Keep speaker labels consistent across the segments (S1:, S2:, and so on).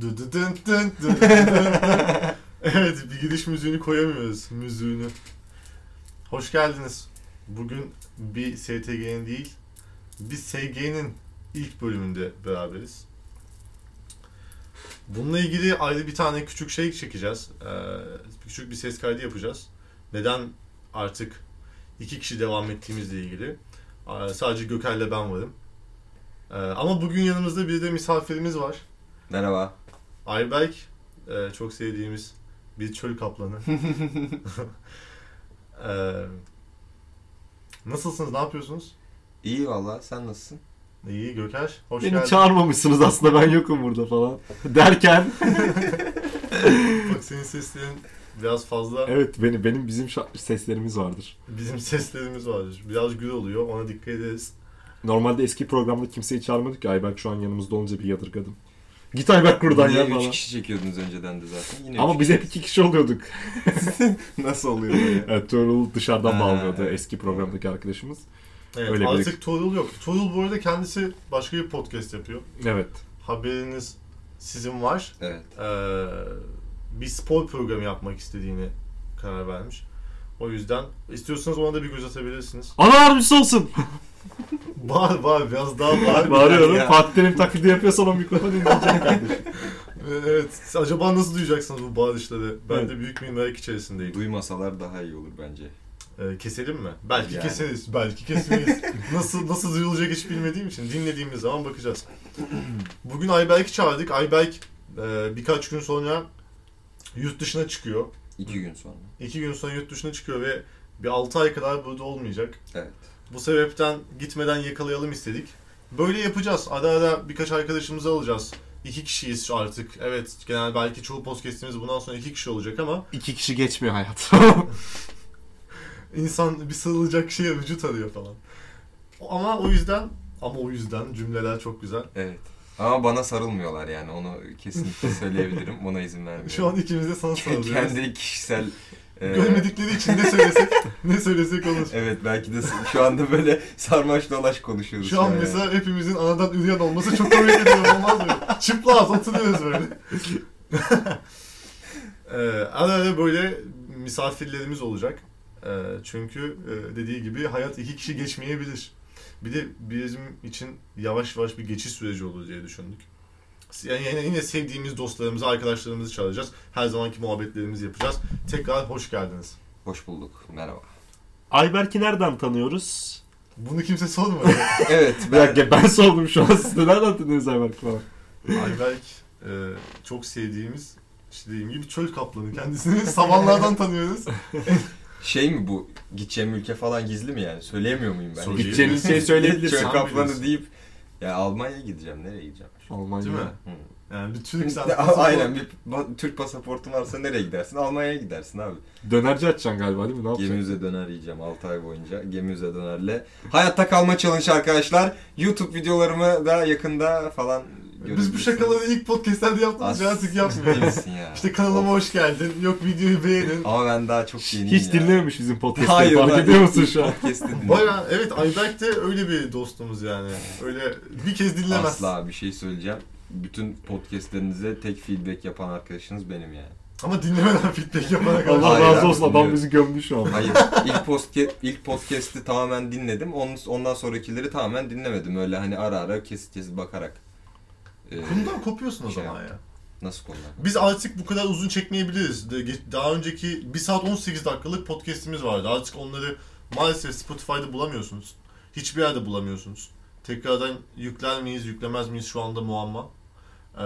S1: Dı dı dın dın dı dı dın dın. evet bir giriş müziğini koyamıyoruz müziğini. Hoş geldiniz. Bugün bir STG'nin değil bir SG'nin ilk bölümünde beraberiz. Bununla ilgili ayrı bir tane küçük şey çekeceğiz. Ee, küçük bir ses kaydı yapacağız. Neden artık iki kişi devam ettiğimizle ilgili. Ee, sadece Göker'le ben varım. Ee, ama bugün yanımızda bir de misafirimiz var.
S2: Merhaba.
S1: Ayberk e, çok sevdiğimiz bir çöl kaplanı. E, nasılsınız? Ne yapıyorsunuz?
S2: İyi valla sen nasılsın?
S1: İyi Göker. Hoş
S3: Beni
S1: geldin.
S3: çağırmamışsınız aslında ben yokum burada falan derken
S1: Bak senin seslerin biraz fazla
S3: evet beni benim bizim şa- seslerimiz vardır.
S1: bizim seslerimiz var. Biraz gül oluyor. Ona dikkat ederiz.
S3: Normalde eski programda kimseyi çağırmadık ya Ayberk şu an yanımızda olunca bir yadırgadım. Git Ayberk buradan
S2: Yine
S3: ya
S2: üç
S3: falan.
S2: kişi çekiyordunuz önceden de zaten. Yine
S3: Ama
S2: üç
S3: biz
S2: kişi.
S3: hep iki kişi oluyorduk.
S2: Nasıl oluyor böyle?
S3: Evet Tuğrul dışarıdan
S2: Ha,
S3: bağlıyordu
S2: evet.
S3: eski programdaki arkadaşımız.
S1: Evet,
S3: Öyle bir-
S1: artık Tuğrul yok. Tuğrul bu arada kendisi başka bir podcast yapıyor.
S3: Evet.
S1: Haberiniz sizin var.
S2: evet.
S1: Ee, bir spor programı yapmak istediğini karar vermiş. O yüzden istiyorsanız ona da bir göz atabilirsiniz.
S3: Ana yardımcısı olsun.
S1: Bağır bağır biraz daha bağır.
S3: Bağırıyorum.
S2: ya.
S3: Fatih Terim taklidi yapıyorsan o mikrofonu dinleyecek kardeşim.
S1: Ee, Evet. Acaba nasıl duyacaksınız bu bağırışları? Ben
S3: Evet.
S1: de büyük bir merak içerisindeyim.
S2: E, Duymasalar daha iyi olur bence.
S1: Ee, keselim mi? Belki
S2: Yani.
S1: keseriz, belki kesmeyiz. nasıl nasıl duyulacak hiç bilmediğim için dinlediğimiz zaman bakacağız. Bugün Ayberk'i çağırdık. Ayberk e, birkaç gün sonra yurt dışına çıkıyor.
S2: İki gün sonra.
S1: İki gün sonra yurt dışına çıkıyor ve bir 6 ay kadar burada olmayacak.
S2: Evet.
S1: Bu sebepten gitmeden yakalayalım istedik. Böyle yapacağız. Ara ara birkaç arkadaşımızı alacağız. İki kişiyiz artık. Evet genel belki çoğu podcastimiz bundan sonra iki kişi olacak ama
S3: İki kişi geçmiyor hayat.
S1: insan bir sarılacak şeye vücut arıyor falan. O- Ama o yüzden ama o yüzden cümleler çok güzel.
S2: Evet. Ama bana sarılmıyorlar yani onu kesinlikle söyleyebilirim. Buna izin vermiyorum.
S1: Şu an ikimiz de sana sarılıyoruz.
S2: kendi kişisel e,
S1: Görmedikleri için ne söylesek ne söylesek olur.
S2: Evet belki de şu anda böyle sarmaş dolaş konuşuyoruz.
S1: Şu an
S2: yani.
S1: mesela hepimizin anadan üreyen olması çok komik ediyor olmaz mı? Çıplaz oturuyoruz böyle. ee, ara ara böyle misafirlerimiz olacak. Ee, çünkü e, dediği gibi hayat iki kişi geçmeyebilir. Bir de bizim için yavaş yavaş bir geçiş süreci olur diye düşündük. Yani yine, yine sevdiğimiz dostlarımızı, arkadaşlarımızı çağıracağız. Her zamanki muhabbetlerimizi yapacağız. Tekrar hoş geldiniz.
S2: Hoş bulduk. Merhaba.
S3: Ayberk'i nereden tanıyoruz?
S1: Bunu kimse sormadı.
S2: Evet.
S3: Bir
S2: Ben...
S3: dakika ben sordum şu an size. Nereden tanıyorsunuz Ayberk'i falan?
S1: Ayberk e, çok sevdiğimiz işte dediğim gibi çöl kaplanı kendisini savanlardan tanıyoruz.
S2: Şey mi bu? Gideceğim ülke falan gizli mi yani? Söyleyemiyor muyum ben?
S1: Söyle-
S3: Gideceğiniz şey şeyi söyleyebilirsin.
S2: Çöl
S1: Sen
S2: kaplanı
S1: bilirsin.
S2: deyip ya Almanya'ya gideceğim. Nereye gideceğim?
S3: Almanya.
S1: Değil mi?
S2: Hı.
S1: Yani bir Türk sen.
S2: Aynen bir ba- Türk pasaportun varsa nereye gidersin? Almanya'ya gidersin abi.
S3: Dönerci açacaksın galiba değil mi? Ne yapacaksın?
S2: Gemiüze döner yiyeceğim 6 ay boyunca. Gemiüze dönerle. Hayatta kalma challenge arkadaşlar. YouTube videolarımı da yakında falan
S1: Biz bu şakaları ilk podcastlerde yaptığımız
S2: As-
S1: artık yapmıyoruz.
S2: Değilsin ya.
S1: işte kanalıma hoş geldin. Yok videoyu beğenin.
S2: Ama ben daha çok yeniyim
S3: Hiç
S2: ya.
S3: dinlememiş bizim podcast'ı.
S2: Hayır,
S3: Fark
S2: hayır.
S3: ediyor musun şu an?
S2: Podcast'ı dinlemedim.
S1: Baya evet Ayberk de öyle bir dostumuz yani. Öyle bir kez dinlemez.
S2: Asla bir şey söyleyeceğim. Bütün podcastlerinize tek feedback yapan arkadaşınız benim yani.
S1: Ama dinlemeden feedback yaparak
S3: Allah
S2: Hayır,
S3: razı
S2: abi,
S3: olsun adam
S2: bilmiyorum.
S3: bizi gömdü şu an.
S2: Hayır. ilk, podcast, ilk podcast'i tamamen dinledim. Onun, ondan sonrakileri tamamen dinlemedim. Öyle hani ara ara kesit kesit bakarak. Ee,
S1: Bundan kopuyorsun o
S2: Şey
S1: zaman ya.
S2: Nasıl konular?
S1: Biz artık bu kadar uzun çekmeyebiliriz. De- ge- Daha önceki 1 saat 18 dakikalık podcast'imiz vardı. Artık onları maalesef Spotify'da bulamıyorsunuz. Hiçbir yerde bulamıyorsunuz. Tekrardan yükler miyiz, yüklemez miyiz şu anda muamma. Ee,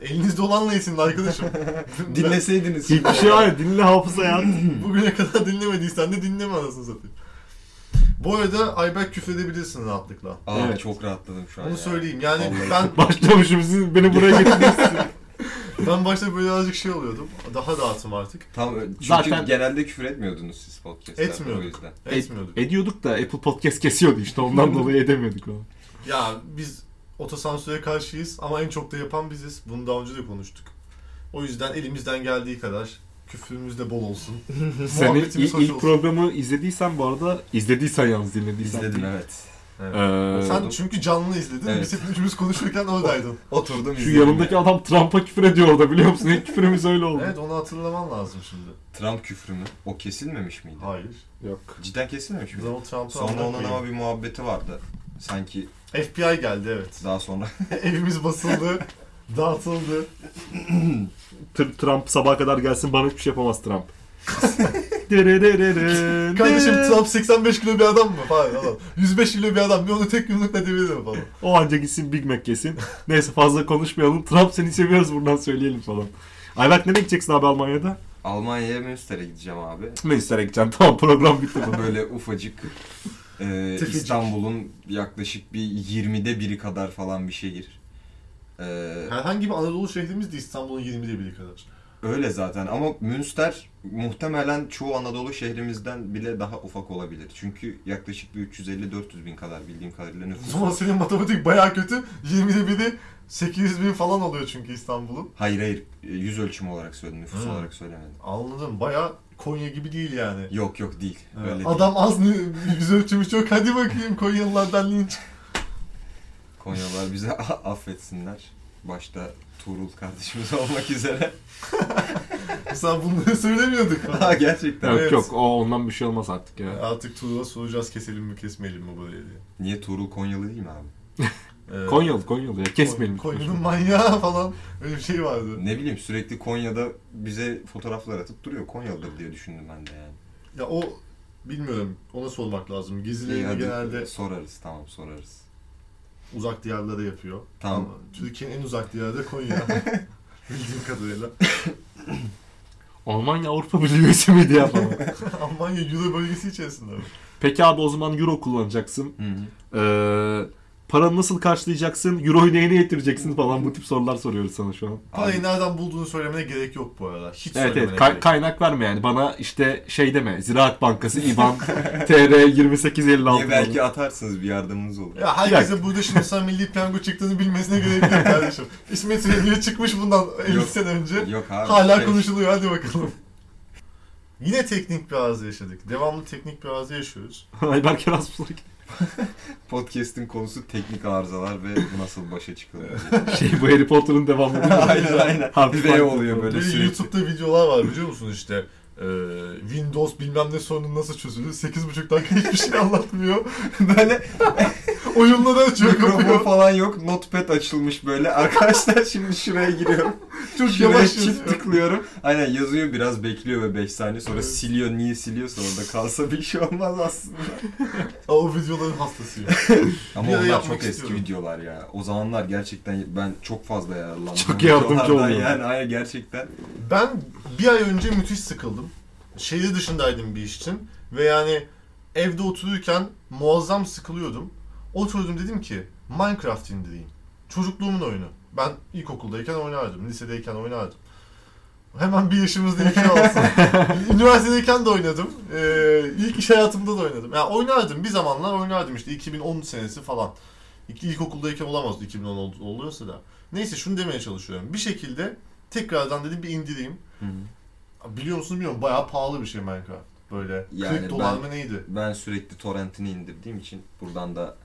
S1: elinizde olanla yetinin arkadaşım.
S2: Dinleseydiniz.
S3: Hiçbir şey var ya dinle hafıza ya.
S1: Bugüne kadar dinlemediysen de dinleme anasını satayım. Bu arada Ayberk küfredebilirsin rahatlıkla.
S2: Aa
S3: Evet.
S2: çok rahatladım şu an.
S1: Onu
S2: ya.
S1: söyleyeyim. Yani
S2: Vallahi
S1: ben
S3: Başlamışım siz beni buraya getirdiniz.
S1: ben başta böyle birazcık şey oluyordum. Daha rahatım artık.
S2: Tam ö- çünkü
S3: Zaten-
S2: genelde küfür etmiyordunuz siz podcast'larda
S1: Etmiyorduk.
S2: o yüzden.
S1: Etmiyorduk.
S3: Ediyorduk da Apple Podcast kesiyordu işte ondan dolayı edemiyorduk onu.
S1: Ya biz otosansüre karşıyız ama en çok da yapan biziz. Bunu daha önce de konuştuk. O yüzden elimizden geldiği kadar küfrümüz de bol olsun.
S3: Senin
S1: Muhabbetimiz
S3: ilk,
S1: hoş
S3: ilk
S1: olsun.
S3: programı izlediysen bu arada izlediysen yalnız dinlediysen.
S2: İzledim evet.
S1: Evet.
S3: Ee,
S1: Sen çünkü canlı izledin.
S2: Evet.
S1: Biz hep üçümüz konuşurken oradaydın.
S2: Oturdum
S3: şu
S2: izledim.
S3: yanındaki
S2: ya.
S3: adam Trump'a küfür ediyor orada biliyor musun? İlk küfürümüz öyle oldu.
S1: Evet onu hatırlaman lazım şimdi.
S2: Trump küfrü mü? O kesilmemiş miydi?
S1: Hayır.
S3: Yok.
S2: Cidden kesilmemiş miydi?
S1: Donald Trump'ı
S2: Sonra onun
S1: anlatmayayım.
S2: ama bir muhabbeti vardı. Sanki
S1: FBI geldi evet.
S2: daha sonra
S1: Evimiz basıldı. dağıtıldı.
S3: Tr- Trump sabaha kadar gelsin bana hiçbir şey yapamaz Trump.
S1: Kardeşim Trump 85 kilo bir adam mı falan. adam. 105 kilo bir adam. Bir onu tek yumrukla devirelim falan.
S3: O anca gitsin Big Mac yesin. Neyse fazla konuşmayalım. Trump seni seviyoruz buradan söyleyelim falan. Ayberk nereye gideceksin abi Almanya'da?
S2: Almanya'ya Münster'e gideceğim abi.
S3: Münster'e gideceksin. Tamam program bitti.
S2: Bu Böyle ufacık e,
S1: Tıkıcık.
S2: İstanbul'un yaklaşık bir 20'de biri kadar falan bir şehir. E,
S1: Herhangi bir Anadolu şehrimiz de İstanbul'un 20'de biri kadar.
S2: Öyle zaten ama Münster muhtemelen çoğu Anadolu şehrimizden bile daha ufak olabilir. Çünkü yaklaşık bir 350-400 bin kadar bildiğim kadarıyla
S1: O
S2: nüfus.
S1: zaman senin matematik bayağı kötü. 20'de biri 800 bin falan oluyor çünkü İstanbul'un.
S2: Hayır hayır e, yüz ölçümü olarak söyledim nüfus
S1: Hı.
S2: olarak söylemedim.
S1: Anladım. Bayağı Konya gibi değil yani.
S2: Yok yok değil.
S1: Evet.
S2: Öyle değil.
S1: Adam az nü- yüz ölçümü çok. Hadi bakayım Konyalılardan linç.
S2: Konyalılar bize affetsinler. Başta Tuğrul kardeşimiz olmak üzere.
S1: Mesela bunları söylemiyorduk.
S2: ha gerçekten.
S3: Yok
S1: Evet.
S3: yok o ondan bir şey olmaz artık ya.
S1: Artık Tuğla soracağız keselim mi kesmeyelim mi burayı diye.
S2: Niye Tuğrul Konyalı değil mi abi?
S1: Ee,
S3: Konyalı Konyalı ya kesmeyelim.
S1: Kon- Konya'nın manyağı falan öyle bir şey vardı.
S2: Ne bileyim sürekli Konya'da bize fotoğraflar atıp duruyor. Konyalıdır diye düşündüm ben de yani.
S1: Ya o bilmiyorum ona sormak lazım.
S2: İyi,
S1: Gezilerini
S2: hadi
S1: genelde
S2: Sorarız tamam sorarız.
S1: uzak diyarlarda yapıyor.
S2: Tamam.
S1: Ama Türkiye'nin en uzak diyarı Konya. Bildiğim kadarıyla.
S3: Almanya Avrupa Birliği üyesi miydi ya falan.
S1: Almanya Euro bölgesi içerisinde. mi?
S3: Peki abi o zaman Euro kullanacaksın.
S2: Hı hı.
S3: Ee, paranı nasıl karşılayacaksın? Euro'yu neyine getireceksin falan bu tip sorular soruyoruz sana şu an.
S1: Parayı nereden bulduğunu söylemene gerek yok bu arada. Hiç
S3: Evet
S1: söylemene
S3: evet Kay-
S1: gerek yok.
S3: kaynak verme yani. Bana işte şey deme. Ziraat Bankası IBAN TR 2856.
S2: Niye belki atarsınız bir yardımınız olur.
S1: Ya herkesin burada şimdi sen milli piyango çıktığını bilmesine gerek yok kardeşim. İsmet İnönü çıkmış bundan 50
S2: Yok.
S1: sene önce.
S2: Yok abi.
S1: Hala
S2: şey-
S1: konuşuluyor hadi bakalım. Yine teknik bir arıza yaşadık. Devamlı teknik bir arıza yaşıyoruz.
S3: Ayberk Erasmus'a gitti.
S2: Podcast'in konusu teknik arızalar ve nasıl başa çıkılır.
S3: Şey bu Harry Potter'ın devamı.
S2: aynen aynen.
S3: Hafif
S2: V
S3: farklı.
S2: oluyor böyle
S1: Böyle
S2: sürekli.
S1: YouTube'da videolar var biliyor musun işte. e, Windows bilmem ne sorunu nasıl çözülür. 8,5 dakika hiçbir şey anlatmıyor.
S2: böyle
S1: Oyunları açıyor
S2: mikrofon
S1: kapıyor.
S2: falan yok. Notepad açılmış böyle. Arkadaşlar şimdi şuraya giriyorum.
S1: Çok
S2: Şuraya
S1: yavaş
S2: çift
S1: yazıyor.
S2: tıklıyorum. Aynen yazıyor biraz bekliyor ve 5 saniye sonra
S1: Evet.
S2: siliyor. Niye siliyorsa orada kalsa bir şey olmaz aslında.
S1: Aa, O videoların hastasıyım.
S2: Ama
S1: Bir ara
S2: onlar
S1: yapmak
S2: çok eski
S1: istiyorum.
S2: videolar ya. O zamanlar gerçekten ben çok fazla yararlandım.
S3: Çok
S2: bu
S3: yardımcı
S2: videolardan
S3: oluyor.
S2: Yani aynen gerçekten.
S1: Ben bir ay önce müthiş sıkıldım. Şehir dışındaydım bir iş için. Ve yani evde otururken muazzam sıkılıyordum. Oturdum dedim ki Minecraft indireyim. Çocukluğumun oyunu. Ben ilkokuldayken oynardım, lisedeyken oynardım. Hemen bir yaşımızda iki olsun. Üniversitedeyken de oynadım. Ee, ilk iş hayatımda da oynadım. Yani oynardım, bir zamanlar oynardım işte 2010 senesi falan. İlk, ilkokuldayken olamazdı 2010 ol- oluyorsa da. Neyse şunu demeye çalışıyorum. Bir şekilde tekrardan dedim bir indireyim. Biliyor musunuz bilmiyorum bayağı pahalı bir şey Minecraft. Böyle
S2: Yani
S1: 40 dolar
S2: ben-
S1: mı neydi?
S2: Ben sürekli torrentini indirdiğim için buradan da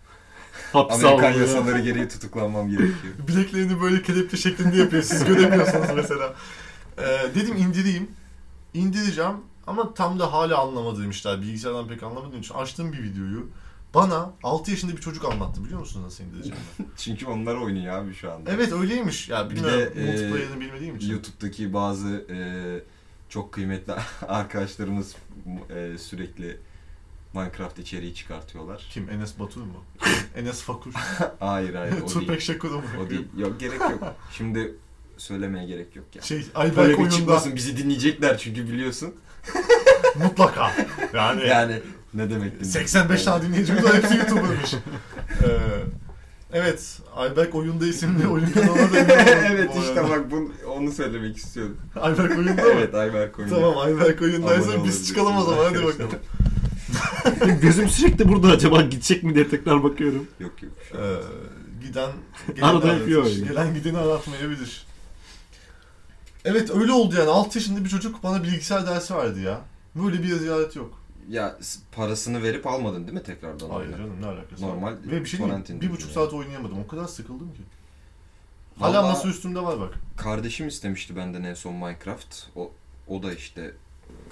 S3: Hapse
S2: Amerikan
S3: aldı. ya.
S2: yasaları gereği tutuklanmam gerekiyor.
S1: Bileklerini böyle kelepçe şeklinde yapıyor. Siz göremiyorsunuz mesela. Ee, dedim indireyim. İndireceğim ama tam da hala anlamadığım işler. Bilgisayardan pek anlamadığım için açtım bir videoyu. Bana 6 yaşında bir çocuk anlattı biliyor musunuz nasıl indireceğimi?
S2: Çünkü onlar oynuyor abi şu anda.
S1: evet öyleymiş. Ya
S2: Bir
S1: bilmiyorum
S2: de, e,
S1: multiplayer'ını bilmediğim için.
S2: YouTube'daki bazı e, çok kıymetli arkadaşlarımız e, sürekli Minecraft içeriği çıkartıyorlar.
S1: Kim? Enes Batur mu? Enes Fakur.
S2: Hayır hayır E, o değil.
S1: Tupek Şakur mu?
S2: O değil. Yok gerek yok. Şimdi söylemeye gerek yok ya.
S1: Şey, Ayberk
S2: Böyle bir
S1: oyunda
S2: çıkmasın bizi dinleyecekler çünkü biliyorsun.
S1: mutlaka. Yani
S2: Yani ne demek dinleyecek?
S1: 85 tane dinleyicimiz var. Hepsi YouTuber'mış. ee, evet. Ayberk Oyunda isimli oyun kanalına da
S2: evet
S1: bu
S2: işte
S1: arada.
S2: bak bunu, onu söylemek istiyordum.
S1: Ayberk Oyunda mı?
S2: evet Ayberk oynuyor.
S1: Tamam Ayberk
S2: Abone
S1: Oyundaysa
S2: olabilirsiniz
S1: biz çıkalım o zaman. Hadi
S2: arkadaşlar.
S1: bakalım.
S3: Gözüm sürekli burada acaba gidecek mi diye tekrar bakıyorum.
S2: Yok yok. bir şey
S1: Ee,
S2: olmaz.
S1: giden
S3: Arada
S1: gelen
S3: yapıyor
S1: aratır.
S3: öyle.
S1: Gelen gideni aratmayabilir. Evet öyle oldu yani. 6 yaşında bir çocuk bana bilgisayar dersi verdi ya. Böyle bir ziyaret yok.
S2: Ya s- parasını verip almadın değil mi tekrardan?
S1: Hayır
S2: oyunu?
S1: canım ne alakası var?
S2: Normal
S1: Ve bir şey diyeyim,
S2: torrentin
S1: bir buçuk
S2: yani.
S1: saat oynayamadım. O kadar sıkıldım ki. Hala
S2: Vallahi
S1: masa üstümde var bak.
S2: Kardeşim istemişti benden en son Minecraft. O, o da işte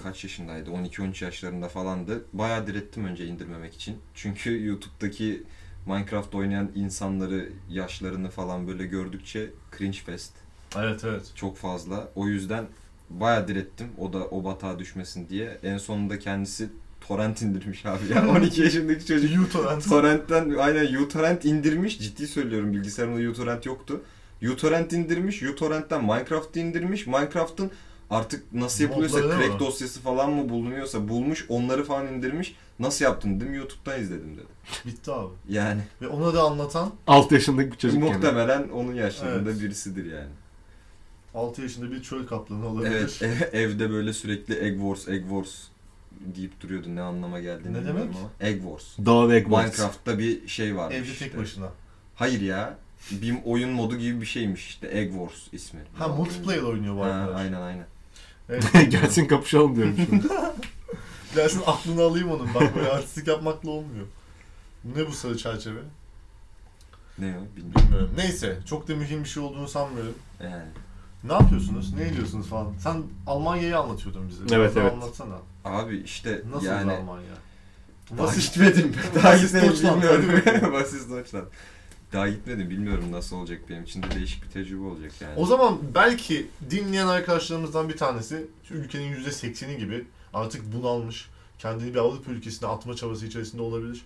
S2: kaç yaşındaydı? 12-13 yaşlarında falandı. Bayağı direttim önce indirmemek için. Çünkü YouTube'daki Minecraft oynayan insanları, yaşlarını falan böyle gördükçe cringe fest.
S1: Evet evet.
S2: Çok fazla. O yüzden bayağı direttim. O da o batağa düşmesin diye. En sonunda kendisi torrent indirmiş abi ya. 12 yaşındaki çocuk
S1: U-Torrent.
S2: Torrent'ten aynen uTorrent indirmiş. Ciddi söylüyorum bilgisayarımda uTorrent yoktu. uTorrent indirmiş. uTorrent'ten Minecraft indirmiş. Minecraft'ın artık nasıl yapılıyorsa
S1: Modları
S2: crack
S1: mı?
S2: dosyası falan mı bulunuyorsa bulmuş. Onları falan indirmiş. Nasıl yaptın dedim. YouTube'dan izledim dedi.
S1: Bitti abi.
S2: Yani
S1: Ve ona da anlatan
S3: 6 yaşındaki bir çocuk yani.
S2: muhtemelen onun yaşlarında
S1: Evet.
S2: birisidir yani.
S1: 6 yaşında bir çöl kaplanı olabilir.
S2: Evet ev- evde böyle sürekli Egg Wars, Egg Wars deyip duruyordu. Ne anlama geldiğini
S1: Ne
S2: bilmiyorum
S1: demek?
S2: ama. Egg Wars.
S3: Dawn Egg Wars.
S2: Minecraft'ta bir şey varmış.
S1: Evde tek
S2: işte.
S1: başına.
S2: Hayır ya. Bir oyun modu gibi bir şeymiş işte Egg Wars ismi.
S1: Ha multiplayer oynuyor bu
S2: Ha,
S1: arkadaş.
S2: aynen aynen.
S1: Evet.
S3: Gelsin kapışalım diyorum şimdi.
S1: Gelsin aklını alayım onun. Bak böyle artistik yapmakla olmuyor. Bu Ne bu sarı çerçeve?
S2: Ne o bilmiyorum.
S1: Bilmiyorum. Neyse çok da mühim bir şey olduğunu sanmıyorum.
S2: Yani
S1: Ne yapıyorsunuz? Ne ediyorsunuz falan? Sen Almanya'yı anlatıyordun bize. Biraz
S3: Evet,
S1: daha
S3: evet.
S1: Anlatsana.
S2: abi işte
S1: Nasıl
S2: yani
S1: Almanya?
S2: daha
S1: Nasıl?
S2: gitmedim. daha
S1: Basit
S2: gitmedim
S1: Deutschland,
S2: bilmiyorum. Basit Deutschland. Daha gitmedim bilmiyorum nasıl olacak benim için de değişik bir tecrübe olacak yani.
S1: O zaman belki dinleyen arkadaşlarımızdan bir tanesi şu ülkenin %80'i gibi artık bunalmış. Kendini bir Avrupa ülkesine atma çabası içerisinde olabilir.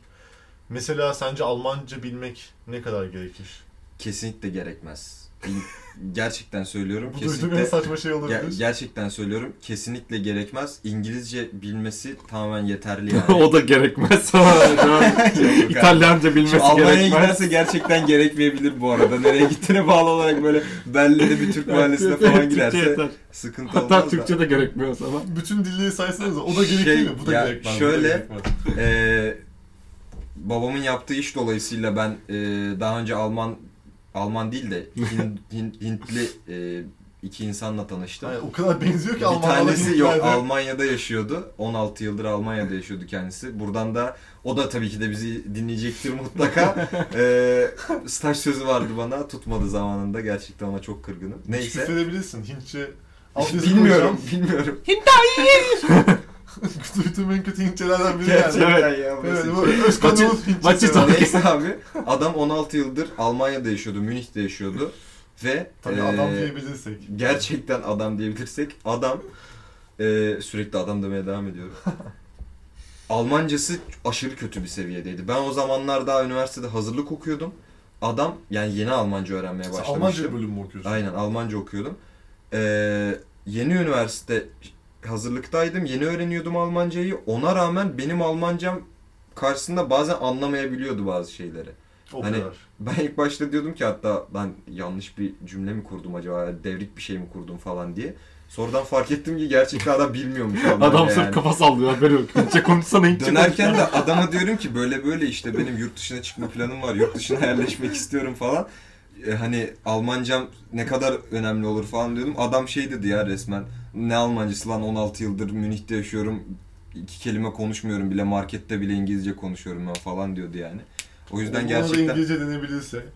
S1: Mesela sence Almanca bilmek ne kadar gerekir?
S2: Kesinlikle gerekmez. Bil- gerçekten söylüyorum
S1: Bu duyduğum en
S2: kesinlikle.
S1: saçma şey olabilir.
S2: Ger- gerçekten söylüyorum kesinlikle gerekmez. İngilizce bilmesi tamamen yeterli yani.
S3: o da gerekmez. İtalyanca
S2: Şu
S3: bilmesi
S2: Almanya'ya
S3: gerekmez.
S2: giderse gerçekten gerekmeyebilir bu arada. Nereye gittiğine bağlı olarak böyle Berlin'de bir Türk mahallesine falan
S3: Türkçe
S2: girerse
S3: yeter.
S2: sıkıntı olmaz
S3: Hatta
S2: da.
S3: Türkçe de gerekmiyor ama.
S1: Bütün dilleri saysanız o da gerekli
S2: Şey,
S1: mi? Bu da
S2: ya
S1: gerekmez. bu da
S2: şöyle-
S1: gerekmez.
S2: Ee, babamın yaptığı iş dolayısıyla ben e, daha önce Alman Alman değil de Hin- Hin- Hintli e, iki insanla tanıştım.
S1: Yani o kadar benziyor
S2: Bir
S1: ki Almanlarla
S2: tanesi yok
S1: Hintlerle.
S2: Almanya'da yaşıyordu. 16 yıldır Almanya'da yaşıyordu kendisi. Buradan da o da tabii ki de bizi dinleyecektir mutlaka. Ee, staj sözü vardı bana. Tutmadı zamanında. Gerçekten ona çok kırgınım. Neyse.
S1: Küfredebilirsin. Hintçe. Altyazı
S2: bilmiyorum, bilmiyorum.
S1: koyacağım. Duyduğum en kötü Hintçelerden biri yani.
S3: Gerçekten.
S2: Gerçekten ya. bu
S1: Evet,
S2: seçim.
S1: bu Özkan
S3: Maçı-
S1: Oğuz Hintçesi.
S3: maçı
S1: var.
S2: Neyse abi. Adam 16 yıldır Almanya'da yaşıyordu. Münih'te yaşıyordu. Ve
S1: Tabii
S2: ee,
S1: adam diyebilirsek.
S2: gerçekten adam diyebilirsek adam e, sürekli adam demeye devam ediyorum. Almancası aşırı kötü bir seviyedeydi. Ben o zamanlar daha üniversitede hazırlık okuyordum. Adam yani yeni Almanca öğrenmeye
S1: Sen
S2: başlamıştım.
S1: Almanca bölüm mü okuyorsun?
S2: Aynen Almanca okuyordum. Ee, yeni üniversite hazırlıktaydım. Yeni öğreniyordum Almancayı. Ona rağmen benim Almancam karşısında bazen anlamayabiliyordu bazı şeyleri.
S1: O
S2: Hani-
S1: kadar.
S2: Ben ilk başta diyordum ki hatta ben yanlış bir cümle mi kurdum acaba devrik bir şey mi kurdum falan diye. Sonradan fark ettim ki gerçekten adam bilmiyormuş Almanca
S3: Adam
S2: yani.
S3: sırf kafa sallıyor haberi yok. Hintçe konuşsana Hintçe
S2: Dönerken de adama diyorum ki böyle böyle işte benim yurt dışına çıkma planım var, yurt dışına yerleşmek istiyorum falan. E, hani Almancam ne kadar önemli olur falan diyordum. Adam şey dedi ya resmen ne Almancası lan 16 yıldır Münih'te yaşıyorum. iki kelime konuşmuyorum bile markette bile İngilizce konuşuyorum ben falan diyordu yani. O yüzden
S1: Ona da
S2: gerçekten
S1: İngilizce denebilirse.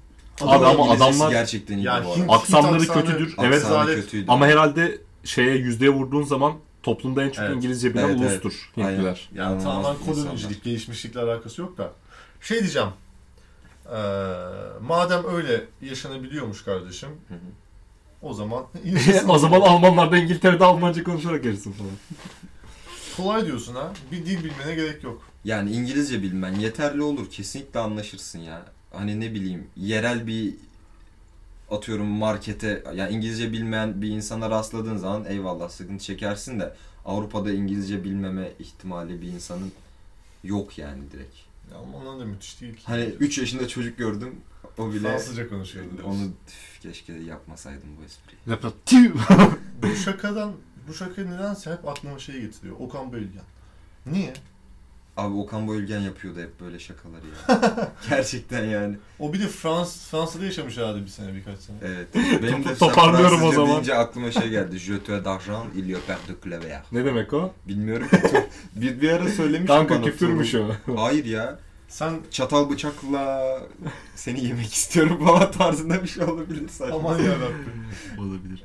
S3: Adam-
S2: Adamın
S3: ama
S2: İngilizcesi
S3: adamlar-
S2: gerçekten iyi
S1: Ya
S2: bu
S1: Hint-
S2: arada.
S3: Aksanları
S1: Hint aksanı-
S3: kötüdür.
S1: Aksanı
S3: Evet.
S2: Aksanı
S1: rezalet.
S2: kötüydü.
S3: Ama herhalde şeye yüzdeye vurduğun zaman toplumda en çok
S1: Evet.
S3: İngilizce bilen
S2: Evet, evet.
S3: ulustur
S2: Aynen.
S3: Hintliler.
S1: Yani
S2: İnanılmaz
S1: tamamen
S2: insanlar.
S1: kolonicilik, gelişmişlikle alakası yok da. Şey diyeceğim. Ee, madem öyle yaşanabiliyormuş kardeşim.
S2: Hı hı.
S1: O zaman
S3: o zaman Almanlar da İngiltere'de Almanca konuşarak gelsin falan.
S1: kolay diyorsun ha. Bir dil bilmene gerek yok.
S2: Yani İngilizce bilmen yeterli olur. Kesinlikle anlaşırsın ya. Hani ne bileyim yerel bir atıyorum markete yani İngilizce bilmeyen bir insana rastladığın zaman eyvallah sıkıntı çekersin de Avrupa'da İngilizce bilmeme ihtimali bir insanın yok yani direkt.
S1: Ya Almanlar da müthiş değil ki.
S2: Hani 3 yaşında çocuk gördüm o bile
S1: Fransızca konuşuyor.
S2: onu üf, keşke yapmasaydım bu espriyi.
S1: Bu şakadan, bu şaka nedense hep aklıma şey getiriyor. Okan Bölgen. Niye?
S2: Abi Okan Bayülgen yapıyordu hep böyle şakaları ya. Gerçekten yani.
S1: O bir de Frans, Fransa'da yaşamış herhalde bir sene birkaç sene.
S2: Evet. Benim de sen
S3: Toparlıyorum o
S2: Fransızca
S3: zaman.
S2: deyince aklıma şey geldi. Je te d'argent, il y a père de clavier.
S3: Ne demek o?
S2: Bilmiyorum ki. bir, bir ara söylemiş
S3: Kanka küfürmüş o.
S2: Hayır ya.
S1: Sen
S2: Çatal bıçakla seni yemek istiyorum falan tarzında bir şey olabilir saçma.
S1: aman yarabbim.
S3: Olabilir.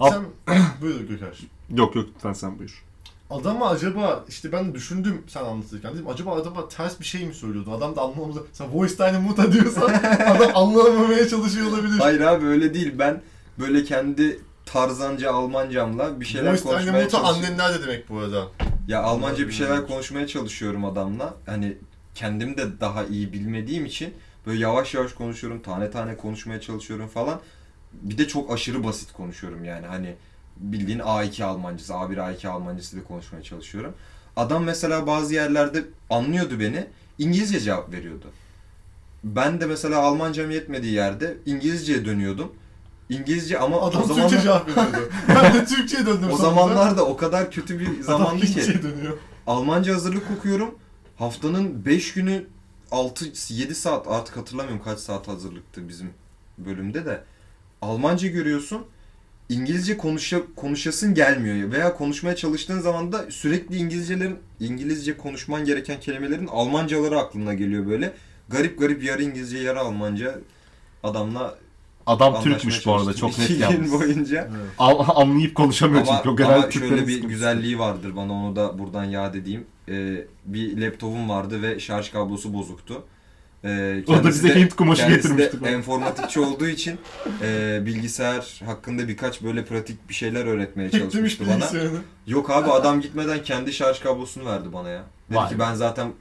S3: Al.
S1: Sen buyur Göker.
S3: Yok yok lütfen sen buyur.
S1: Adama acaba işte ben düşündüm sen anlatırken dedim acaba adama ters bir şey mi söylüyordun? Adam da anlamamıza sen voice tiny muta diyorsan adam anlamamaya çalışıyor olabilir.
S2: Hayır abi öyle değil. Ben böyle kendi tarzanca Almancamla bir şeyler
S1: voice tiny
S2: konuşmaya
S1: muta
S2: çalışıyorum.
S1: annenler de demek bu arada.
S2: Ya Almanca bir şeyler konuşmaya çalışıyorum adamla. Hani kendim de daha iyi bilmediğim için böyle yavaş yavaş konuşuyorum. Tane tane konuşmaya çalışıyorum falan. Bir de çok aşırı basit konuşuyorum yani. Hani bildiğin A2 Almancası, A1 A2 Almancası da konuşmaya çalışıyorum. Adam mesela bazı yerlerde anlıyordu beni. İngilizce cevap veriyordu. Ben de mesela Almancam yetmediği yerde İngilizceye dönüyordum. İngilizce ama
S1: Adam
S2: o
S1: Türkçe
S2: zamanlar,
S1: cevap veriyordu. ben de Türkçe'ye döndüm
S2: o
S1: sonra.
S2: zamanlar da o kadar kötü bir
S1: Adam
S2: zamandı ki.
S1: Hintçe'ye dönüyor.
S2: Almanca hazırlık okuyorum. Haftanın 5 günü 6-7 saat artık hatırlamıyorum kaç saat hazırlıktı bizim bölümde de. Almanca görüyorsun. İngilizce konuşa, konuşasın gelmiyor veya konuşmaya çalıştığın zaman da sürekli İngilizcelerin İngilizce konuşman gereken kelimelerin Almancaları aklına geliyor böyle. Garip garip yarı İngilizce yarı Almanca adamla
S3: Adam
S2: anlaşmaya
S3: Türkmüş bu arada
S2: çalıştım
S3: çok
S2: iki
S3: net
S2: gün
S3: yalnız.
S2: boyunca.
S3: Al- anlayıp konuşamıyor çünkü o
S2: Ama,
S3: genel
S2: ama
S3: Türklerin
S2: şöyle bir
S3: sıkıntısı.
S2: güzelliği vardır bana onu da buradan yad edeyim. Ee, bir laptopum vardı ve şarj kablosu bozuktu. Ee,
S3: O da
S2: kendisi
S3: bize Hint kumaşı
S2: kendisi de
S3: getirmişti. bana.
S2: enformatikçi olduğu için e, bilgisayar hakkında birkaç böyle pratik bir şeyler öğretmeye
S1: Teklemiş
S2: çalışmıştı bana.
S1: bilgisayarını.
S2: Yok abi adam gitmeden kendi şarj kablosunu verdi bana ya. Dedi
S3: Vay
S2: ki
S3: be.
S2: ben zaten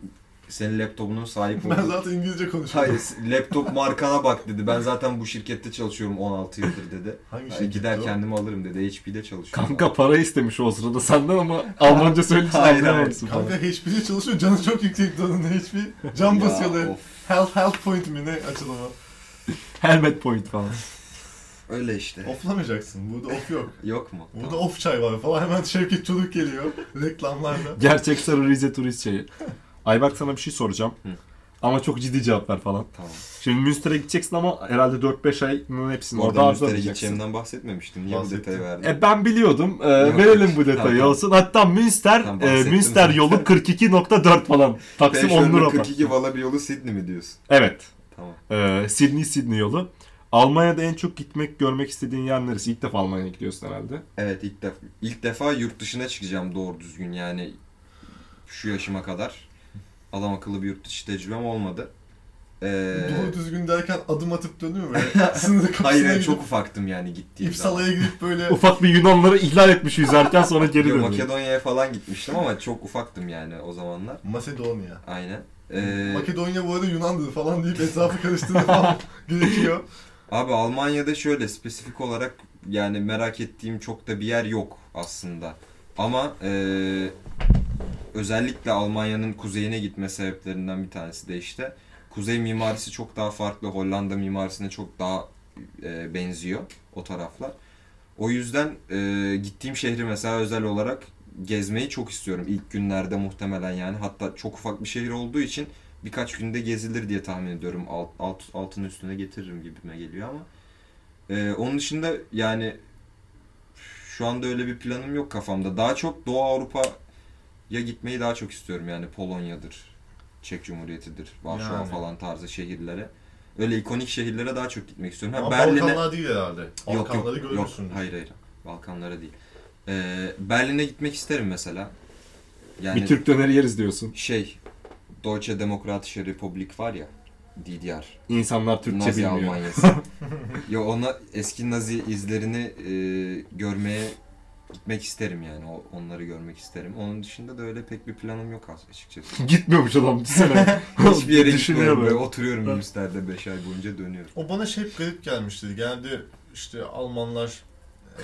S2: senin laptopunun sahip
S1: Ben
S2: oldum.
S1: zaten İngilizce konuşuyorum.
S2: Hayır laptop markana bak dedi. Ben zaten bu şirkette çalışıyorum 16 yıldır dedi.
S1: Hangi
S2: Ay, Gider
S1: o?
S2: kendimi alırım dedi. HP'de çalışıyorum.
S3: şey Kanka para istemiş o sırada senden ama Almanca söyleyince
S2: Hayır,
S3: anlayamamışsın falan.
S1: Kanka HP'de çalışıyor canı çok yüksek onun HP. Can
S2: Ya,
S1: basıyorlar.
S2: of.
S1: Health, health point mi ne açılımı?
S3: Helmet point falan.
S2: Öyle işte.
S1: Oflamayacaksın. Burada of yok.
S2: Yok mu?
S1: Burada
S2: Tamam.
S1: of çay var falan. Hemen Şevket Çoluk geliyor reklamlarda.
S3: Gerçek sarı Rize turist şeyi. Ayberk sana bir şey soracağım.
S2: Hı.
S3: Ama çok ciddi cevap ver falan.
S2: Tamam.
S3: Şimdi Münster'e gideceksin ama herhalde 4-5 ayının hepsini orada
S2: Orada
S3: arıza
S2: Münster'e
S3: alacaksın.
S2: gideceğimden bahsetmemiştim. Niye bu
S1: Bahsettim.
S2: detayı verdin?
S3: E ben biliyordum. E,
S2: Yok,
S3: verelim
S2: yok.
S3: bu detayı
S2: Tamam, tamam.
S3: olsun. Hatta Münster
S2: Tamam,
S3: e,
S2: bahsettim
S3: Münster
S2: zaten.
S3: yolu 42.4 falan. Taksim
S2: Peşörlü
S3: 10 lira.
S2: 42 vala bir yolu Sydney mi diyorsun?
S3: Evet.
S2: Tamam.
S3: E, Sydney Sydney yolu. Almanya'da en çok gitmek, görmek istediğin yer neresi? İlk defa Almanya'ya gidiyorsun herhalde.
S2: Evet ilk defa ilk defa yurt dışına çıkacağım doğru düzgün yani şu yaşıma kadar. Adam akıllı bir yurt dışı tecrübem olmadı. Ee,
S1: Doğru düzgün derken adım atıp dönüyor mu böyle? Sınır kapısına
S2: hayır
S1: gidip
S2: çok ufaktım yani gittiğim zaman.
S1: İpsala'ya gidip böyle
S3: Ufak bir Yunanları ihlal etmiş yüzerken sonra geri
S2: Yo,
S3: dönüyor.
S2: Makedonya'ya falan gitmiştim ama çok ufaktım yani o zamanlar.
S1: Macedonya.
S2: Aynen. Ee,
S1: Makedonya bu arada Yunan'dı falan deyip etrafı karıştırdı falan gerekiyor.
S2: Abi Almanya'da şöyle spesifik olarak yani merak ettiğim çok da bir yer yok aslında. Ama eee, özellikle Almanya'nın kuzeyine gitme sebeplerinden bir tanesi de işte kuzey mimarisi çok daha farklı. Hollanda mimarisine çok daha eee, e, benziyor o taraflar. O yüzden eee, gittiğim şehri mesela özel olarak gezmeyi çok istiyorum. İlk günlerde muhtemelen yani. Hatta çok ufak bir şehir olduğu için birkaç günde gezilir diye tahmin ediyorum. Alt, alt, altın üstüne getiririm gibime geliyor ama. Ee, onun dışında yani şu anda öyle bir planım yok kafamda. Daha çok Doğu Avrupa'ya gitmeyi daha çok istiyorum yani Polonya'dır, Çek Cumhuriyeti'dir, Varşova
S1: Yani.
S2: falan tarzı şehirlere. Öyle ikonik şehirlere daha çok gitmek istiyorum. Ha,
S1: Ama
S2: Berlin'e
S1: Balkanlar değil herhalde.
S2: Yok
S1: Balkanları
S2: yok yok.
S1: görürsün.
S2: Hayır hayır. Balkanlara değil. Ee, Berlin'e gitmek isterim mesela. Yani
S3: Bir Türk döneri yeriz diyorsun.
S2: şey Deutsche Demokratische Republik var ya DDR.
S3: İnsanlar Türkçe
S2: Nazi
S3: bilmiyor.
S2: Almanya'sı. ya ona eski Nazi izlerini e, görmeye gitmek isterim yani. O, onları görmek isterim. Onun dışında da öyle pek bir planım yok az- açıkçası.
S3: Gitmiyormuş adam. Düşünsene.
S2: Hiçbir yere
S3: Düşünüyor
S2: gitmiyorum. Böyle.
S3: böyle.
S2: Oturuyorum
S3: Ha.
S2: Münster'de 5 ay boyunca dönüyorum.
S1: O bana şey hep garip gelmişti. Genelde işte Almanlar...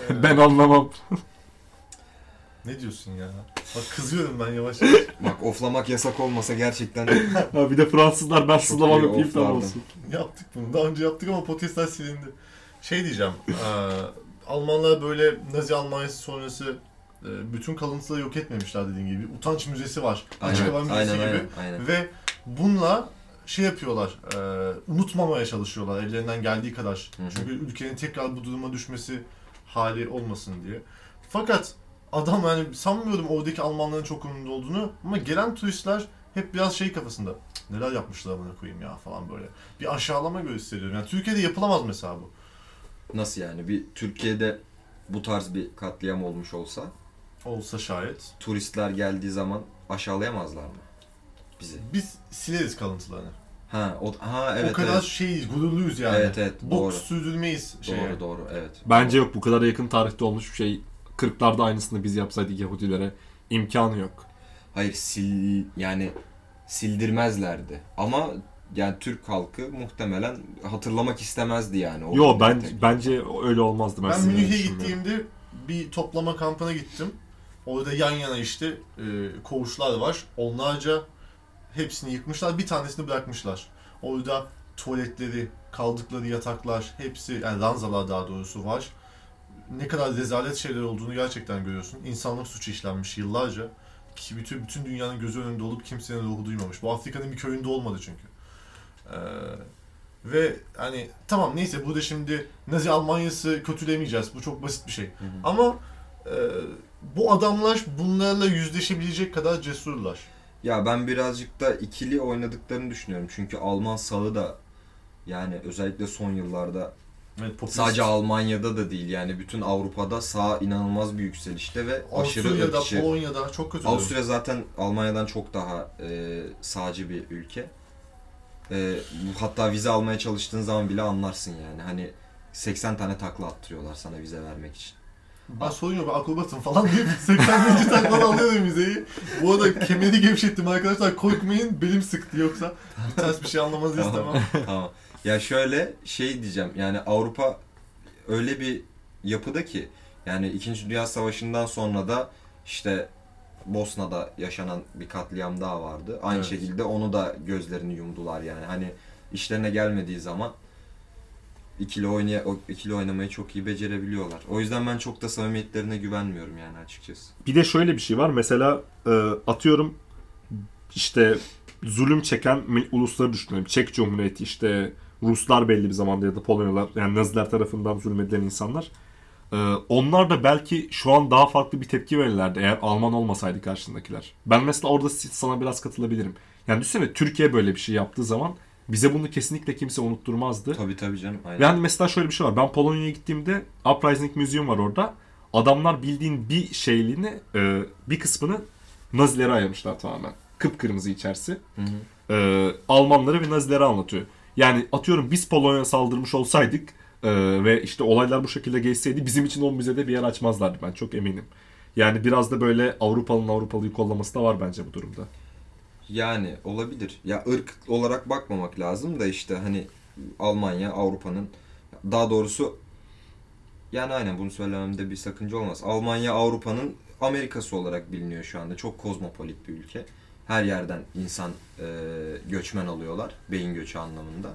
S1: e,
S3: Ben anlamam.
S1: Ne diyorsun ya? Bak kızıyorum ben yavaş yavaş.
S2: Bak oflamak yasak olmasa gerçekten
S3: Ha, bir de Fransızlar ben Slavam
S2: iyi,
S3: yapayım tam
S2: offlardım.
S3: olsun.
S1: yaptık bunu. Daha önce yaptık ama podcastler e, silindi. Şey diyeceğim. eee, Almanlar böyle Nazi Almanya'sı sonrası e, bütün kalıntıları yok etmemişler dediğin gibi. Utanç müzesi var. Açık hava
S2: Aynen,
S1: müzesi
S2: aynen,
S1: gibi.
S2: aynen, aynen.
S1: Ve bununla şey yapıyorlar, e, unutmamaya çalışıyorlar ellerinden geldiği kadar.
S2: Hı hı.
S1: Çünkü ülkenin tekrar bu duruma düşmesi hali olmasın diye. Fakat adam yani sanmıyorum oradaki Almanların çok umurunda olduğunu ama gelen turistler hep biraz şey kafasında. "Cık, Neler yapmışlar amına koyayım ya falan böyle. Bir aşağılama gösteriyorum. Yani Türkiye'de yapılamaz mesela bu.
S2: Nasıl yani? Bir Türkiye'de bu tarz bir katliam olmuş olsa
S1: Olsa şayet.
S2: turistler geldiği zaman aşağılayamazlar mı bizi?
S1: Biz sileriz kalıntılarını.
S2: Ha, o, ha evet
S1: o kadar
S2: evet.
S1: şeyiz, gururluyuz yani.
S2: Evet evet
S1: Bok
S2: doğru.
S1: sürdürmeyiz şeye.
S2: Doğru doğru evet.
S3: Bence yok bu kadar yakın tarihte olmuş bir şey. 40'larda aynısını biz yapsaydık Yahudilere imkanı yok.
S2: Hayır sil yani sildirmezlerdi. Ama yani Türk halkı muhtemelen hatırlamak istemezdi yani. o
S3: Yo
S2: günleri
S3: ben
S2: tekrar.
S3: bence öyle olmazdı ben,
S1: Ben
S3: sizin öyle
S1: Münih'e
S3: düşünmüyorum.
S1: gittiğimde bir toplama kampına gittim. Orada yan yana işte e, koğuşlar var. Onlarca hepsini yıkmışlar, bir tanesini bırakmışlar. Orada tuvaletleri, kaldıkları yataklar, hepsi yani ranzalar daha doğrusu var. Ne kadar rezalet şeyler olduğunu gerçekten görüyorsun. İnsanlık suçu işlenmiş yıllarca. Ki bütün, bütün dünyanın gözü önünde olup kimsenin ruhu duymamış. Bu Afrika'nın bir köyünde olmadı çünkü. Ee, ve hani tamam neyse burada şimdi Nazi Almanyası kötülemeyeceğiz. Bu çok basit bir şey.
S2: hı.
S1: Ama e, bu adamlar bunlarla yüzleşebilecek kadar cesurlar.
S2: Ya ben birazcık da ikili oynadıklarını düşünüyorum. Çünkü Alman sağı da yani özellikle son yıllarda
S1: Evet, popülist.
S2: sadece Almanya'da da değil yani bütün Avrupa'da sağ inanılmaz bir yükselişte ve aşırı
S1: Avusturya'da,
S2: ırkçı.
S1: Polonya'da çok kötü. durum.
S2: Avusturya zaten Almanya'dan çok daha e, sağcı bir ülke. E, bu- hatta vize almaya çalıştığın zaman bile anlarsın yani. Hani 80 tane takla attırıyorlar sana vize vermek için.
S1: Ben sorun yok ben akrobatım falan deyip 81. takladan alıyorum müzeyi. Bu arada kemeri gevşettim arkadaşlar korkmayın belim sıktı yoksa bir ters bir şey anlamanızı
S2: Tamam.
S1: istemem.
S2: tamam. Ya şöyle şey diyeceğim yani Avrupa öyle bir yapıda ki yani 2. Dünya Savaşı'ndan sonra da işte Bosna'da yaşanan bir katliam daha vardı. Aynı
S1: Evet.
S2: şekilde onu da gözlerini yumdular yani. Hani işlerine gelmediği zaman ikili oynaya o- ikili oynamayı çok iyi becerebiliyorlar. O yüzden ben çok da samimiyetlerine güvenmiyorum yani açıkçası.
S3: Bir de şöyle bir şey var. Mesela e, atıyorum işte zulüm çeken mi- ulusları düşünelim. Çek Cumhuriyeti işte Ruslar belli bir zamanda ya da Polonyalar yani Naziler tarafından zulmedilen insanlar. E, onlar da belki şu an daha farklı bir tepki verirlerdi eğer Alman olmasaydı karşındakiler. Ben mesela orada si- sana biraz katılabilirim. Yani düşünsene Türkiye böyle bir şey yaptığı zaman bize bunu kesinlikle kimse unutturmazdı.
S2: Tabii tabii canım. Aynen.
S3: Yani mesela şöyle bir şey var. Ben Polonya'ya gittiğimde Uprising Museum var orada. Adamlar bildiğin bir şeyliğini, e, bir kısmını Nazilere ayırmışlar tamamen. Kıpkırmızı içerisi.
S2: Hı hı.
S3: E, Almanları ve Nazileri anlatıyor. Yani atıyorum biz Polonya'ya saldırmış olsaydık e, ve işte olaylar bu şekilde geçseydi bizim için o müzede bir yer açmazlardı ben çok eminim. Yani biraz da böyle Avrupalı'nın Avrupalı'yı kollaması da var bence bu durumda.
S2: Yani olabilir. Ya ırk olarak bakmamak lazım da işte hani Almanya, Avrupa'nın daha doğrusu yani aynen bunu söylememde bir sakınca olmaz. Almanya Avrupa'nın Amerikası olarak biliniyor şu anda. Çok kozmopolit bir ülke. Her yerden insan e, göçmen alıyorlar. Beyin göçü anlamında.